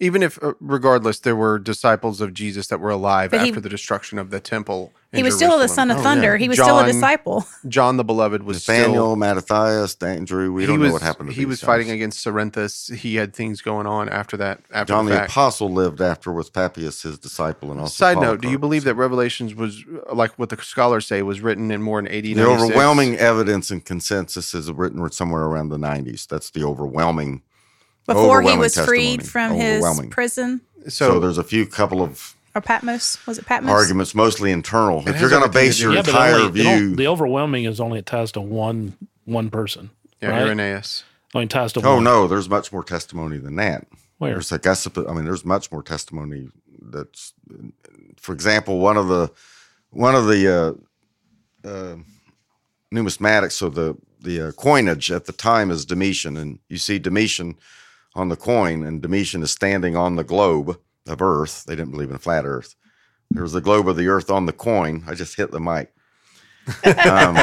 Even if, uh, regardless, there were disciples of Jesus that were alive
But he-
after the destruction of the temple. in
he was still the
Jerusalem.
son of
Oh, yeah.
thunder he was still a
John
disciple
John the Beloved was
Nathaniel,
still.
Mattathius, Andrew. We
he
don't
was,
know what happened to
He
these
was
guys.
fighting against Serenthus. He had things going on after that. After
John
the
the
fact.
Apostle lived after with Papias, his disciple, and also.
Side note: Do you
Polycarp.
believe that Revelations was uh, like what the scholars say was written in more than eighty?
The
96?
overwhelming evidence and consensus is written somewhere around the 90s. That's the overwhelming.
before he
overwhelming
was
testimony.
freed from his
Overwhelming.
prison
So,
So,
there's a few couple of
or patmos was it patmos
arguments, mostly internal.
It
if
has
you're going to
everything to
base
do
your
with-
entire
only, the
view,
o- the overwhelming is only it ties to one one person.
yeah,
right?
Irenaeus.
Only ties to
oh
one.
no, there's much more testimony than that.
Where?
There's like I, suppo- I mean, there's much more testimony. That's, for example, one of the one of the uh, uh, numismatics, so the the uh, coinage at the time is Domitian, and you see Domitian on the coin, and Domitian is standing on the globe of Earth. They didn't believe in flat Earth. There was the globe of the Earth on the coin. I just hit the mic. um,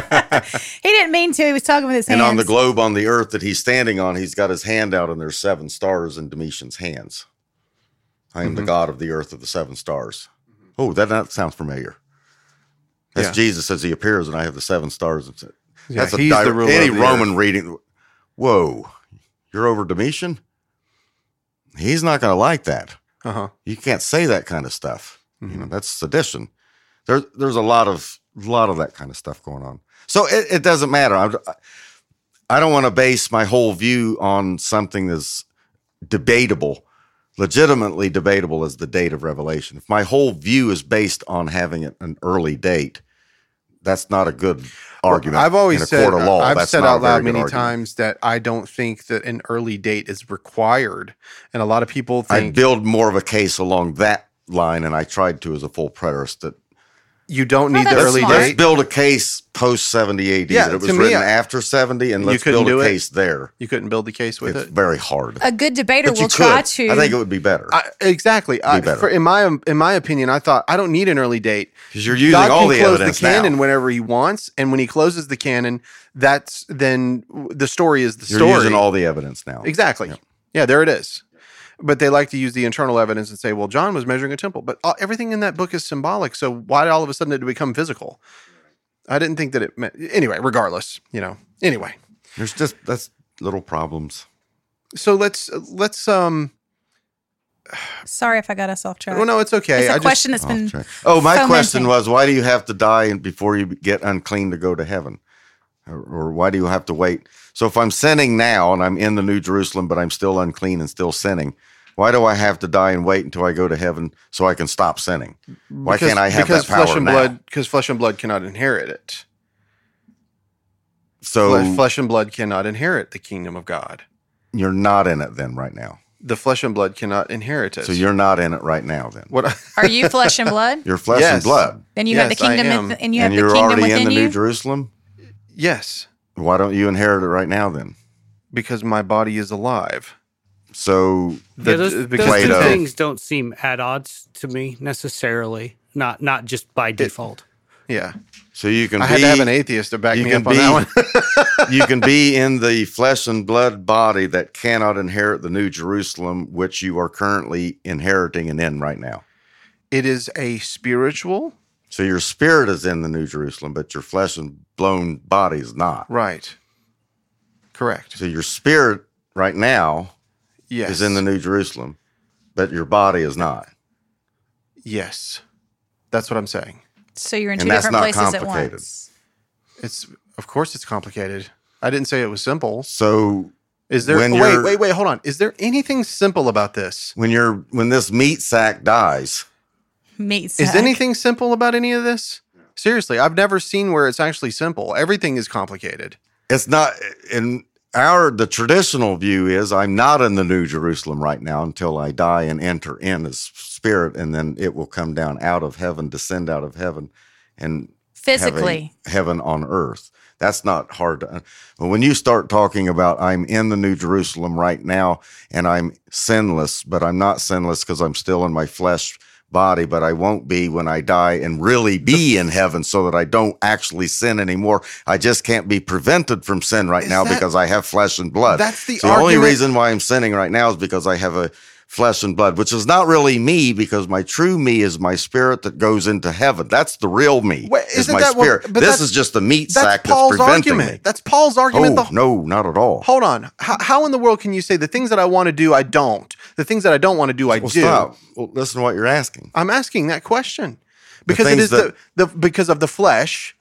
he didn't mean to he was talking with his
and
hands
on the globe on the earth that he's standing on, he's got his hand out, and there's seven stars in Domitian's hands.
Mm-hmm.
I am the god of the earth of the seven stars. Oh, that, that sounds familiar. That's
Yeah.
Jesus as he appears, and I have the seven stars. And said,
Yeah,
that's a
he's
di-
the ruler
any
of the
Roman reading. Whoa, you're over Domitian. He's not going to like that.
Uh huh.
You can't say that kind of stuff. You
Mm-hmm.
know, that's sedition. There, there's a lot of lot of that kind of stuff going on. So it, it doesn't matter. I, I don't want to base my whole view on something that's debatable, legitimately debatable as the date of revelation. If my whole view is based on having it an early date, that's not a good argument.
I've always
in a
said,
court of law.
I've
That's
said
not a
out
very
loud
good
many
argument.
times that I don't think that an early date is required, and a lot of people
I
think
build more of a case along that line, and I tried to as a full preterist that
you don't need the
Oh, that's
early
smart.
Let's
date.
build a case post 70 AD
Yeah,
that it was
to me,
written
I-
after 70, and
You
let's
couldn't
build
do
a
it
case there.
you couldn't build the case with
it's
it.
very hard.
Uh,
A good debater
But you
will try
could.
to.
I think it would be better
I, exactly. I,
better.
for, in my in my opinion, I thought I don't need an early date.
because you're using
God
all
can
the
close
evidence
the canon
now.
whenever he wants, and when he closes the canon, that's then w- the story is the
You're
story.
using all the evidence now.
Exactly.
Yeah.
Yeah, there it is. But they like to use the internal evidence and say, well, John was measuring a temple, but all, everything in that book is symbolic. So why all of a sudden did it become physical? I didn't think that it meant. Anyway, regardless, you know. Anyway,
There's just that's little problems.
so let's let's um.
Sorry if I got us off track.
Well, no, it's okay.
it's a
I just
question that's
I'll
been.
check. Oh, my
fomenting.
question was why do you have to die and before you get unclean to go to heaven? Or, or why do you have to wait? So if I'm sinning now and I'm in the New Jerusalem, but I'm still unclean and still sinning, why do I have to die and wait until I go to heaven so I can stop sinning? Why
because-
can't I have
because
that power
flesh and
now?
blood because flesh and blood cannot inherit it.
So
Fle- flesh and blood cannot inherit the kingdom of God.
you're not in it then right now.
The flesh and blood cannot inherit it.
So you're not in it right now then.
what?
Are you flesh and blood?
You're flesh
Yes.
and blood,
Then you have
Yes,
the
I
kingdom,
am.
in- and you
and
have
you're
the kingdom
already in
within
the
you.
New Jerusalem.
yes,
Why don't you inherit it right now then?
because my body is alive.
So
The-
yeah, those,
the
those two
Plato.
things don't seem at odds to me necessarily. Not not just by default.
Yeah,
so you can
I
be
had to have an atheist to back
you
me
can
up on that one.
you can be in the flesh and blood body that cannot inherit the new Jerusalem, which you are currently inheriting and in right now.
It is a spiritual,
So your spirit is in the new Jerusalem, but your flesh and blown body is not.
right? Correct.
So your spirit right now
Yes.
is in the new Jerusalem, but your body is not.
yes. That's what I'm saying.
So you're in
And
two
that's
different
not
places at
complicated.
once.
It's of course it's complicated. I didn't say it was simple.
So
Is there?
When
wait,
you're-
wait, wait. Hold on. Is there anything simple about this?
when you're when this meat sack dies,
Meat
Is
sack.
anything simple about any of this? Seriously, I've never seen where it's actually simple. Everything is complicated.
it's not in our the traditional view is I'm not in the new Jerusalem right now until I die and enter in as spirit, and then it will come down out of heaven, descend out of heaven, and having
physically?
heaven on earth. That's not hard to. But when you start talking about I'm in the New Jerusalem right now and I'm sinless, but I'm not sinless because I'm still in my flesh body, but I won't be when I die and really be in heaven so that I don't actually sin anymore. I just can't be prevented from sin right
Is
now
that-
because I have flesh and blood.
That's the
So the only
argument-
reason why I'm sinning right now is because I have a flesh and blood, which is not really me because my true me is my spirit that goes into heaven. That's the real me.
Wait,
is
isn't
my
that what-
spirit.
but
this
that's-
is just the meat sack
That's Paul's
that's preventing
argument.
me.
That's Paul's argument.
oh
the
no, not at all.
Hold on. How, how in the world can you say the things that I want to do, I don't? The things that I don't want to do, I
well,
do.
stop. Well, listen to what you're asking.
I'm asking that question because it
things
is the, the because of the flesh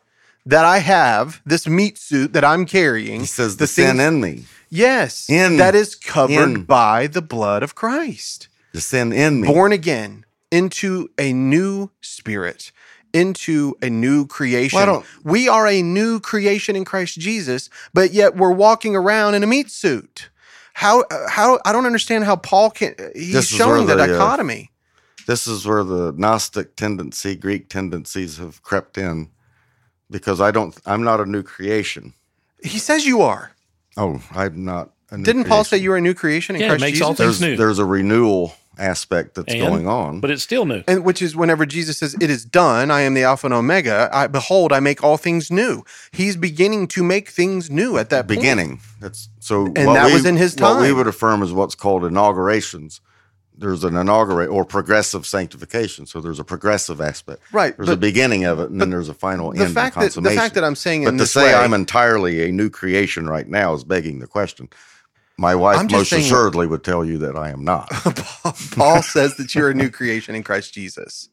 that I have, this meat suit that I'm carrying.
He says the, sin
things-
in me.
yes,
in-
that is covered
in.
by the blood of Christ.
The sin in me.
Born again into a new spirit, into a new creation.
Well, I don't-
we are a new creation in Christ Jesus, but yet we're walking around in a meat suit. How uh, how I don't understand how Paul can he's
This is
showing the
where the, uh,
dichotomy.
This is where the Gnostic tendency, Greek tendencies have crept in because I don't I'm not a new creation.
He says you are.
Oh, I'm not a new
Didn't Paul say
creation.
you were a new creation in
Yeah, it
Christ
makes
Jesus?
all things-
there's
new?
there's a renewal aspect that's
And-
going on.
But it's still new.
and which is whenever Jesus says, "It is done. I am the Alpha and Omega. I, behold, I make all things new." He's beginning to make things new at that point.
beginning. That's so.
And that was in his
What we
time.
would affirm is what's called inaugurations. there's an inaugurate or progressive sanctification. So there's a progressive aspect.
Right,
There's a
but-
beginning of it, and then
but
there's a final
The
end
fact
and
that the
consummation.
fact that I'm saying
but
in
to
this
say
way,
I'm entirely a new creation right now is begging the question. My wife
I'm just
most
saying-
assuredly would tell you that I am not.
Paul, Paul says that you're a new creation in Christ Jesus.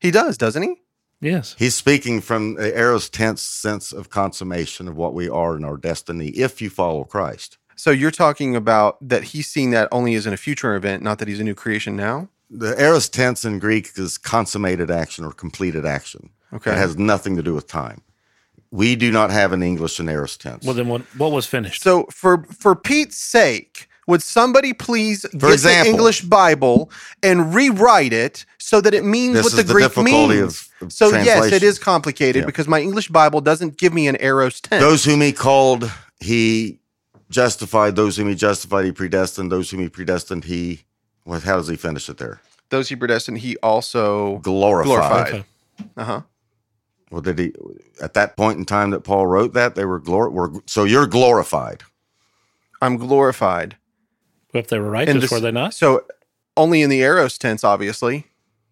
He does, doesn't he?
Yes.
He's speaking from the Eros tense sense of consummation of what we are in our destiny if you follow Christ.
So you're talking about that he's seeing that only as in a future event, not that he's a new creation now.
The Eros tense in Greek is consummated action or completed action.
Okay.
It has nothing to do with time. We do not have an English in Eros tense.
Well, then what, what was finished?
So for for Pete's sake, would somebody please get
example.
the English Bible and rewrite it so that it means
This
what
is
the,
the
Greek
difficulty of-
means?
of
so yes, it
translation.
is complicated
Yeah.
because my English Bible doesn't give me an eros tense.
Those whom he called, he justified. Those whom he justified, he predestined. Those whom he predestined, he. Well, how does he finish it there?
those he predestined, he also
Glorified.
Glorified. uh huh.
Well, did he? At that point in time that Paul wrote that, they were glor. Were, so you're glorified.
I'm glorified.
If they were
And
righteous,
this-
were they not?
So only in the eros tense, obviously.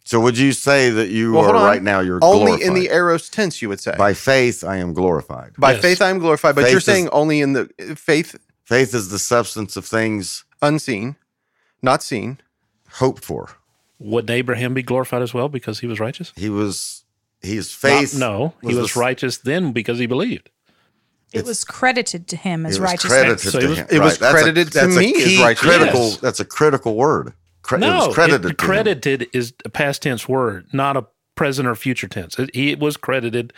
So would you say that you
Well,
are
hold on.
right now? You're
Only
glorified.
in the eros tense, you would say. By,
By faith, I am glorified.
Yes.
faith, I am glorified. But
Faith
you're
is-
saying only in the faith
Faith is the substance of things
unseen, not seen.
hoped for.
Would Abraham be glorified as well because he was righteous?
He was. His
Not-
faith.
no, he
was
was,
the-
righteous then because he believed.
It was credited to him
It
as
was
righteousness.
credited
So
to
it was-
him.
it was
That's a-
credited to
that's a
me as
key
righteous.
Critical.
Yes.
That's a critical word. Cre-
no,
it was credited.
it-
to him.
credited is a past tense word, not a present or future tense. It, he was credited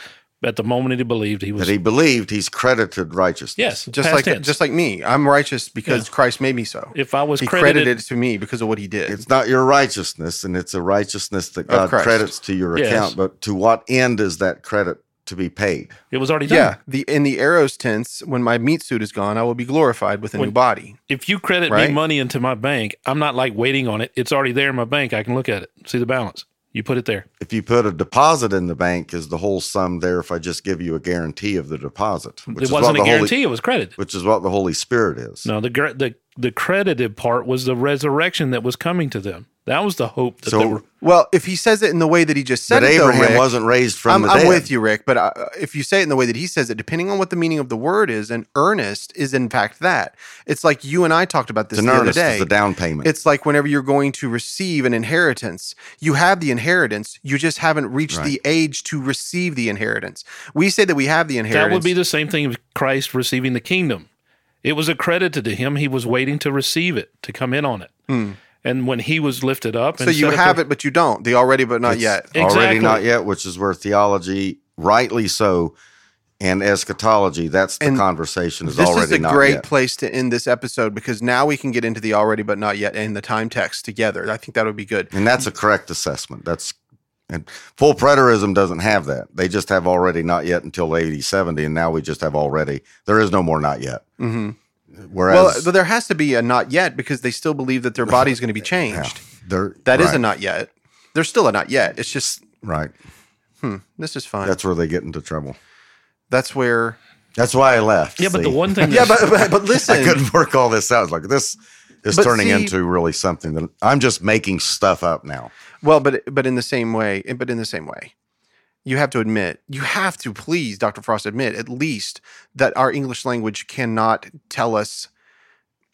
at the moment he believed he was.
that he believed he's credited righteousness.
yes,
Just
past
like
tense.
just like me, I'm righteous because Christ made me so.
if I was
he
credited,
credited, it to me because of what he did.
It's not your righteousness, and it's a righteousness that God
Christ.
credits to your
Yes.
account. But to what end is that credit to be paid?
it was already done.
yeah, the in the eros tense, when my meat suit is gone, I will be glorified with a
When-
new body.
If you credit
Right?
me money into my bank, I'm not like waiting on it. It's already there in my bank. I can look at it, see the balance. You put it there.
If you put a deposit in the bank, is the whole sum there? If I just give you a guarantee of the deposit,
it
is what
wasn't a
the Holy-
guarantee. it was credited.
which is what the Holy Spirit is.
No, the gr- the the credited part was the resurrection that was coming to them. That was the hope that they
so,
were.
Well, if he says it in the way that he just said
but
it, though,
Abraham
Rick,
wasn't raised from
I'm,
the
I'm
dead.
with you, Rick. But uh, if you say it in the way that he says it, depending on what the meaning of the word is, and earnest is in fact that. It's like you and I talked about this
It's an
the other
earnest
day.
is the down payment.
It's like whenever you're going to receive an inheritance, you have the inheritance, you just haven't reached the age to receive the inheritance. We say that we have the inheritance.
That would be the same thing of Christ receiving the kingdom. It was accredited to him. He was waiting to receive it, to come in on it. And when he was lifted up,
Hmm. so
and
you
set up
have
a-
it, but you don't. The already, but not yet.
Exactly.
already not yet, which is where theology, rightly so, and eschatology. That's the
And
conversation is
This
already
is a
not
great
yet.
place to end this episode because now we can get into the already, but not yet, and the time text together. I think that would be good.
And that's a correct assessment. That's and full preterism doesn't have that. They just have already not yet until 80, 70, and now we just have already. There is no more not yet.
hmm Well,
Whereas
th- there has to be a not yet because they still believe that their body's going to be
yeah,
changed.
there
That is
right,
a not yet. There's still a not yet. It's just
right.
this is fine. That's,
That's where they get into trouble.
where.
That's why I left.
Yeah, but the
see.
one thing.
Yeah,
that's-
but but, but listen,
I couldn't work all this out. It's like this is
But
turning
see-
into really something that I'm just making stuff up now.
Well, but but in the same way, eh, but in the same way, you have to admit, you have to please, Dr. Frost, admit at least that our English language cannot tell us.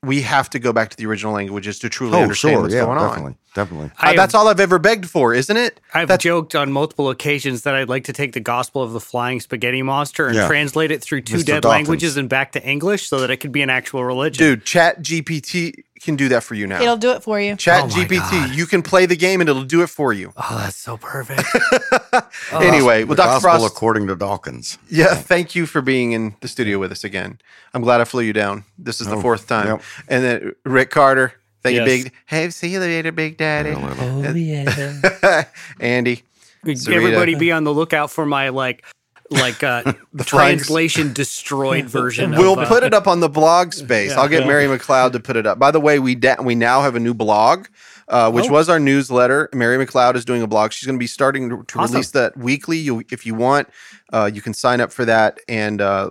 We have to go back to the original languages to truly understand what's
Oh, yeah,
going
definitely,
on.
definitely.
Uh, that's all I've ever begged for, isn't it?
I've
That's-
joked on multiple occasions that I'd like to take the gospel of the flying spaghetti monster and
Yeah.
translate it through two
Mr.
dead
Dawkins.
languages and back to English so that it could be an actual religion.
Dude, Chat GPT can do that for you now.
It'll do it for you.
Chat
Oh my
GPT,
God.
you can play the game and it'll do it for you.
Oh, that's so perfect.
anyway,
The
well, Dr.
gospel
Frost,
according to Dawkins.
yeah, thank you for being in the studio with us again. I'm glad I flew you down. This is the
Oh,
fourth time.
yep.
And then Rick Carter, thank
Yes.
you, Big. Hey, see you later, Big Daddy.
Oh, yeah.
Andy. Sarita.
Everybody be on the lookout for my like like uh
flying-
translation destroyed version
We'll
of, uh,
put it up on the blog space. I'll get Mary McLeod to put it up. By the way, we da- we now have a new blog, uh,
Oh.
which was our newsletter. Mary McLeod is doing a blog. She's going to be starting to, to
Awesome.
release that weekly. You, if you want, uh, you can sign up for that and uh,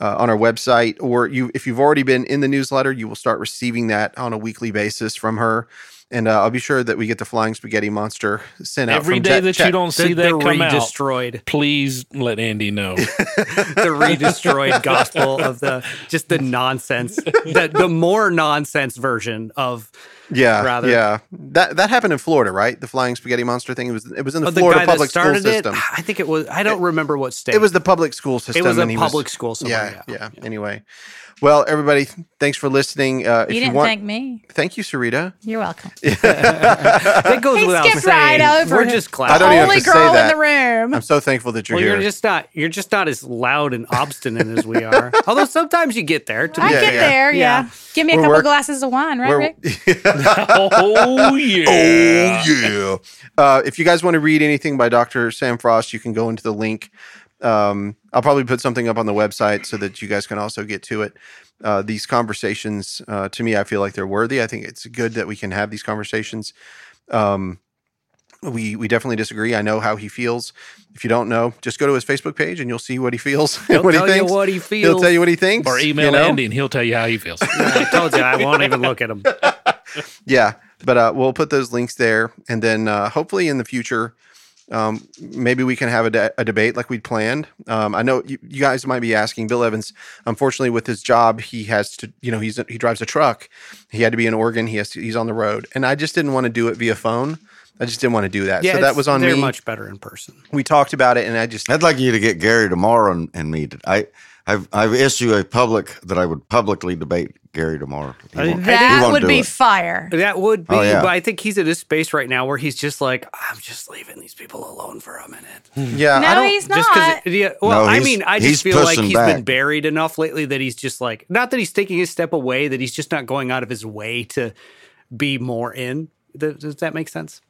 uh, on our website, or you if you've already been in the newsletter, you will start receiving that on a weekly basis from her. And uh, I'll be sure that we get the flying spaghetti monster sent out
Every
from
day
chat-
that
chat-
you don't see
the,
that come out,
redestroyed,
please let Andy know.
the redestroyed gospel of the just the nonsense, the the more nonsense version of
Yeah,
rather.
yeah. That that happened in Florida, right? The flying spaghetti monster thing. It was it was in the
of Oh, the
Florida
guy
public
that
school
started it.
system.
I think it was. I don't remember what state.
It was the public school system.
It was a
and he
public school somewhere.
yeah, yeah, Anyway, well, everybody, thanks for listening. Uh, if
you
you,
didn't
want,
thank me.
thank you, Sarita.
You're welcome.
That goes
He
without
skipped
saying.
right over
We're
it.
just glad.
I don't even have
Only
to say
girl in
that.
the room.
I'm so thankful that you're
well,
here.
you're just not. You're just not as loud and obstinate as we are. Although sometimes you get there. To
I
be
Yeah,
get
yeah.
there. Yeah.
Yeah.
Give me a
We're
couple
work-
glasses of wine, right,
We're-
Rick?
oh yeah.
yeah. Uh, if you guys want to read anything by Dr. Sam Frost, you can go into the link. Um, I'll probably put something up on the website so that you guys can also get to it. Uh, these conversations, uh, to me, I feel like they're worthy. I think it's good that we can have these conversations. Um, we we definitely disagree. I know how he feels. If you don't know, just go to his Facebook page and you'll see what he feels and
He'll
what he
tell you
thinks.
what he feels.
He'll tell you what he thinks.
Or email
you know?
Andy and he'll tell you how he feels.
I told you I won't even look at him.
Yeah, but uh, we'll put those links there, and then uh, hopefully in the future, um, maybe we can have a, de- a debate like we'd planned. Um, I know you, you guys might be asking. Bill Evans, unfortunately, with his job, he has to, you know, he's he drives a truck. He had to be in Oregon. He has to, he's on the road, and I just didn't want to do it via phone. I just didn't want to do that. so that
it's-
was on
they're
me.
Much better in person.
We talked about it, and I just
I'd like you to get Gary tomorrow and, and meet it. I, I've I've issued a public that I would publicly debate Gary tomorrow. He won't- he
That
won't
would
do
be
it.
fire.
That would be,
Oh, yeah.
but I think he's in a space right now where he's just like, I'm just leaving these people alone for a minute.
yeah. I
No,
don't,
he's
Just because,
not.
yeah, well,
No,
I
he's-
mean, I
he's
just feel like
pushing
he's been
back.
buried enough lately that he's just like, not that he's taking his step away, that he's just not going out of his way to be more in. Th- Does that make sense?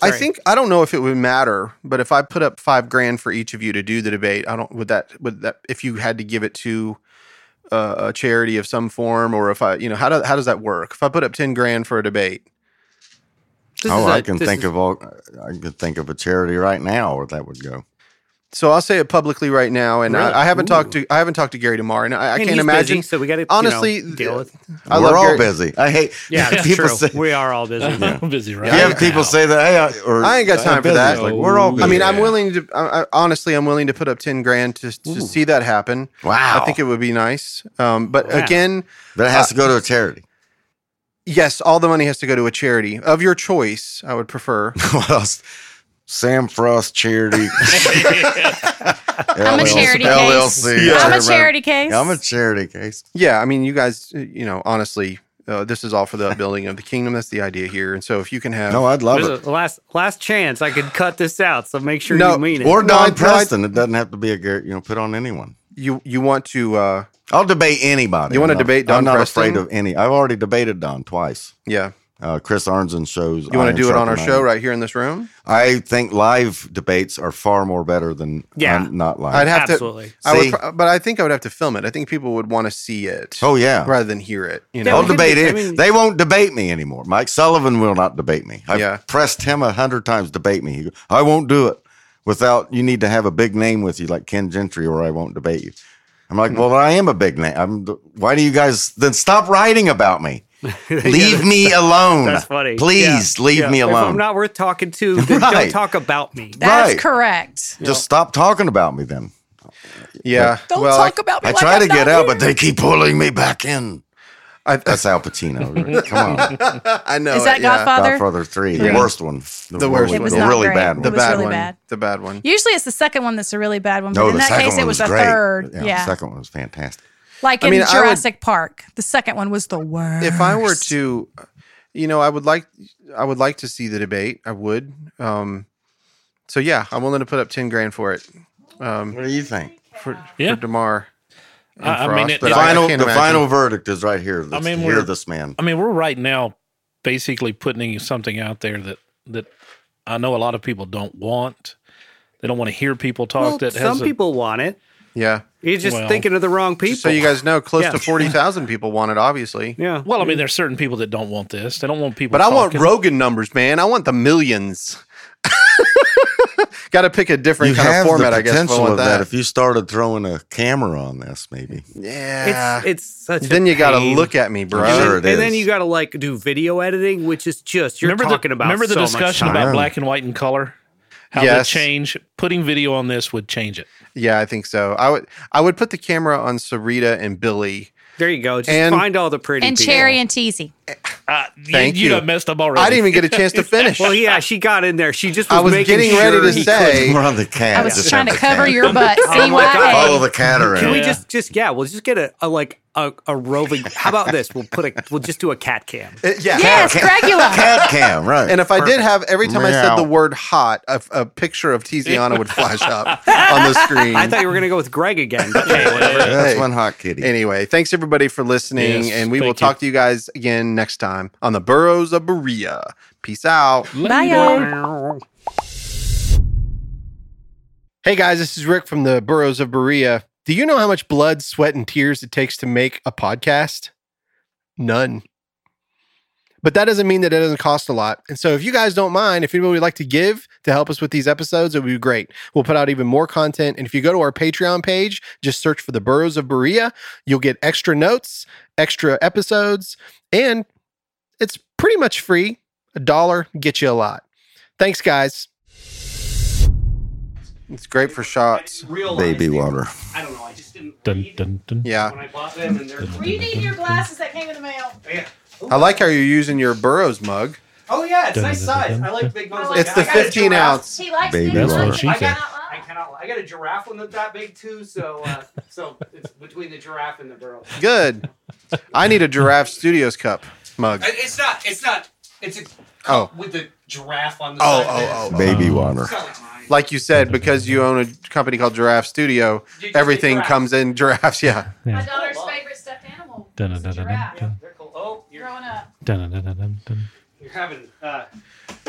I
Sorry.
think I don't know if it would matter, but if I put up five grand for each of you to do the debate, I don't would that would that if you had to give it to uh, a charity of some form, or if I you know how do, how does that work? If I put up ten grand for a debate,
This
Oh,
is
I
a-
can
this
think
is-
of all. I can think of a charity right now where that would go.
so I'll say it publicly right now, and
Really?
I, I haven't talked
Ooh.
to I haven't talked to Gary tomorrow, and I, I
and
can't
he's
imagine.
busy, so we got to
honestly,
deal with.
I
We're
love
all
Gary-
busy. I hate.
Yeah, it's
people
true.
say-
we are all busy.
I'm busy right
you
now.
have people say that. Hey, I, or,
I ain't got
"I'm
time for
busy."
that.
It's Like we're all.
Oh,
Busy.
I mean, I'm
Yeah.
willing to. I, I, honestly, I'm willing to put up ten grand to, to see that happen.
Wow.
I think it would be nice, um, but
Wow.
again,
But it has to go to a charity.
yes, all the money has to go to a charity of your choice. I would prefer.
what else? Sam Frost charity.
I'm a
LLC.
charity case.
LLC.
Yeah.
I'm a
Everybody-
charity case.
I'm a charity case.
Yeah, I mean, you guys, uh, you know, honestly, uh, this is all for the upbuilding of the kingdom. That's the idea here. And so, if you can have,
No, I'd love
There's
it.
a last last chance I could cut this out, so make sure
No,
you mean it.
Or
No,
Don
I'd-
Preston. It doesn't have to be a Garrett, you know, put on anyone.
you you want to, uh,
I'll debate anybody.
You wanna
I'm not-
debate
I'm
Don
not
Preston?
afraid of any. I've already debated Don twice.
yeah,
Uh, Chris Arnson shows.
you want
Iron
to do it on our
Sharpen
show
Iron.
right here in this room.
I think live debates are far more better than
Yeah.
um, not live.
I'd have
Absolutely.
to, I would,
See?
pro- but I think I would have to film it. I think people would want to see it.
oh yeah,
rather than hear it. You
Yeah,
know,
I'll
we could
debate
do- I
it.
mean-
they won't debate me anymore. Mike Sullivan will not debate me. I
Yeah.
have pressed him a hundred times. Debate me. He go, I won't do it without you need to have a big name with you, like Ken Gentry, or I won't debate you. I'm
Hmm.
like, well, I am a big name. I'm. th- Why do you guys then stop writing about me? Leave me alone.
That's funny.
Please
Yeah.
leave
Yeah.
me
If I'm
alone.
not worth talking to, then don't
Right.
talk about me.
That's
right.
correct.
Just stop talking about me then.
yeah.
Don't
well, I-
talk about me.
I
like
try
I'm
to get
not
out,
here.
but they keep pulling me back in.
I-
That's Al Pacino. Come on.
I know.
Is
it,
that
yeah.
Godfather?
Godfather 3,
Yeah.
the worst one. The,
worst
really,
one. It was
The
not
really
great.
bad
It
one.
The
was
bad
really
one.
bad.
The bad one.
Usually it's the second one that's a really bad one. But in that case, it was, a
great.
third. Yeah.
The second one was fantastic.
Like
I
in
mean, I would-
Jurassic Park, the second one was the worst.
If I were to, you know, I would like, I would like to see the debate. I would. Um, so yeah, I'm willing to put up ten grand for it. Um,
What do you think?
for,
Yeah.
for Demar. and
I- I mean, it-
but
it-
The
I- I
final, the
can't imagine.
final verdict is right here. Let's
mean,
hear
we're-
this man.
I mean, we're right now basically putting something out there that that I know a lot of people don't want. They don't want to hear people
Well,
talk. that has
some
a-
people want it.
Yeah.
You're just
Well,
thinking of the wrong people.
Just so you guys know, close
Yeah.
to forty thousand people want it, obviously.
yeah.
Well, I mean, there's certain people that don't want this. They don't want people.
But I want
talking.
Rogan numbers, man. I want the millions. Got to pick a different
you
kind
have
of format,
the
I guess. if I
potential
want
of that.
that.
If you started throwing a camera on this, maybe.
yeah.
it's it's such a
Ah. then you got to
pain.
look at me, bro.
I'm
and,
sure
then,
it
and then
is.
you got to like do video editing, which is just you're talking
the,
about.
Remember the
so much
discussion
time.
about
time.
black and white and color? How
Yes.
that change putting video on this would change it.
Yeah, I think so. I would I would put the camera on Sarita and Billy.
There you go. Just
And-
find all the pretty
and
people.
Cherry and Teasy.
Uh,
Thank
you.
you.
done messed up already.
I didn't even get a chance to finish.
Well, yeah, she got in there. She just was
I was
making
getting
sure
ready to
he
say
We're on the cat.
I was
Just
trying to
have the
cover
cat.
your butt.
Oh
See
my God.
Follow
why?
the cat around.
Can we
Yeah.
just just yeah? We'll just get a, a like a, a roving. How about this? We'll put a we'll just do a cat cam.
Uh, yeah.
Yes, Dracula.
cat cam, right?
And if I did
Perfect.
have every time I said
Meow.
the word hot, a, a picture of Tiziana would flash up on the screen.
I thought you were gonna go with Greg again. but-
Yeah, that's
Hey.
one hot kitty.
Anyway, thanks everybody for listening,
Yes,
and we
thank
will talk to you guys again next time on the Burrows of Berea. Peace out.
Bye, y'all.
Hey guys, this is Rick from the Burrows of Berea. Do you know how much blood, sweat, and tears it takes to make a podcast? None. But that doesn't mean that it doesn't cost a lot. And so if you guys don't mind, if anybody would like to give to help us with these episodes, it would be great. We'll put out even more content. And if you go to our Patreon page, just search for the Burrows of Berea. You'll get extra notes, extra episodes, and it's pretty much free. A dollar gets you a lot. Thanks, guys.
It's great for shots.
Baby water.
I don't know. I just didn't
Dun, dun, dun.
Yeah,
I bought them, and they're
You need your glasses that came in the mail.
I like how you're using your Burrows mug.
oh yeah, it's
Dun, nice dun, dun, size. dun, I
like big ones.
like
It's the 15 ounce.
He likes
Baby,
big
that's what
ones.
she
I got
said.
a lot.
I cannot. I got a giraffe one that's that big too. So uh, so it's between the giraffe and the burro.
Good. I need a Giraffe Studios cup mug.
It's not. It's not. It's a
Oh,
with the giraffe on the
oh, oh, oh.
Baby
Uh,
water.
Like you said, because you own a company called Giraffe Studio, everything comes in giraffes. Yeah.
My daughter's favorite stuffed animal.
Dun,
was a
dun, dun, dun,
giraffe
dun.
They're cool. Oh, you're,
Growing up.
Dun, dun, dun, dun, dun,
you're having. Uh,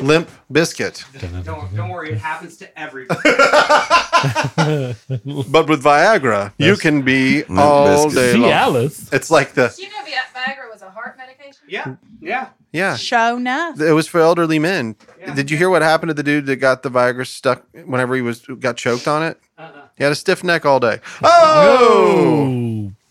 Limp biscuit,
don't don't worry. It happens to everybody.
but with Viagra, you can be
Limp
all
Bizkit.
day
See,
long.
Alice.
It's like the
Do you know Viagra was a heart medication?
Yeah. Yeah.
yeah.
Show enough.
It was for elderly men.
Yeah.
Did you hear what happened to the dude that got the Viagra stuck whenever he was got choked on it?
Uh-uh.
He had a stiff neck all day. Oh,
Oh,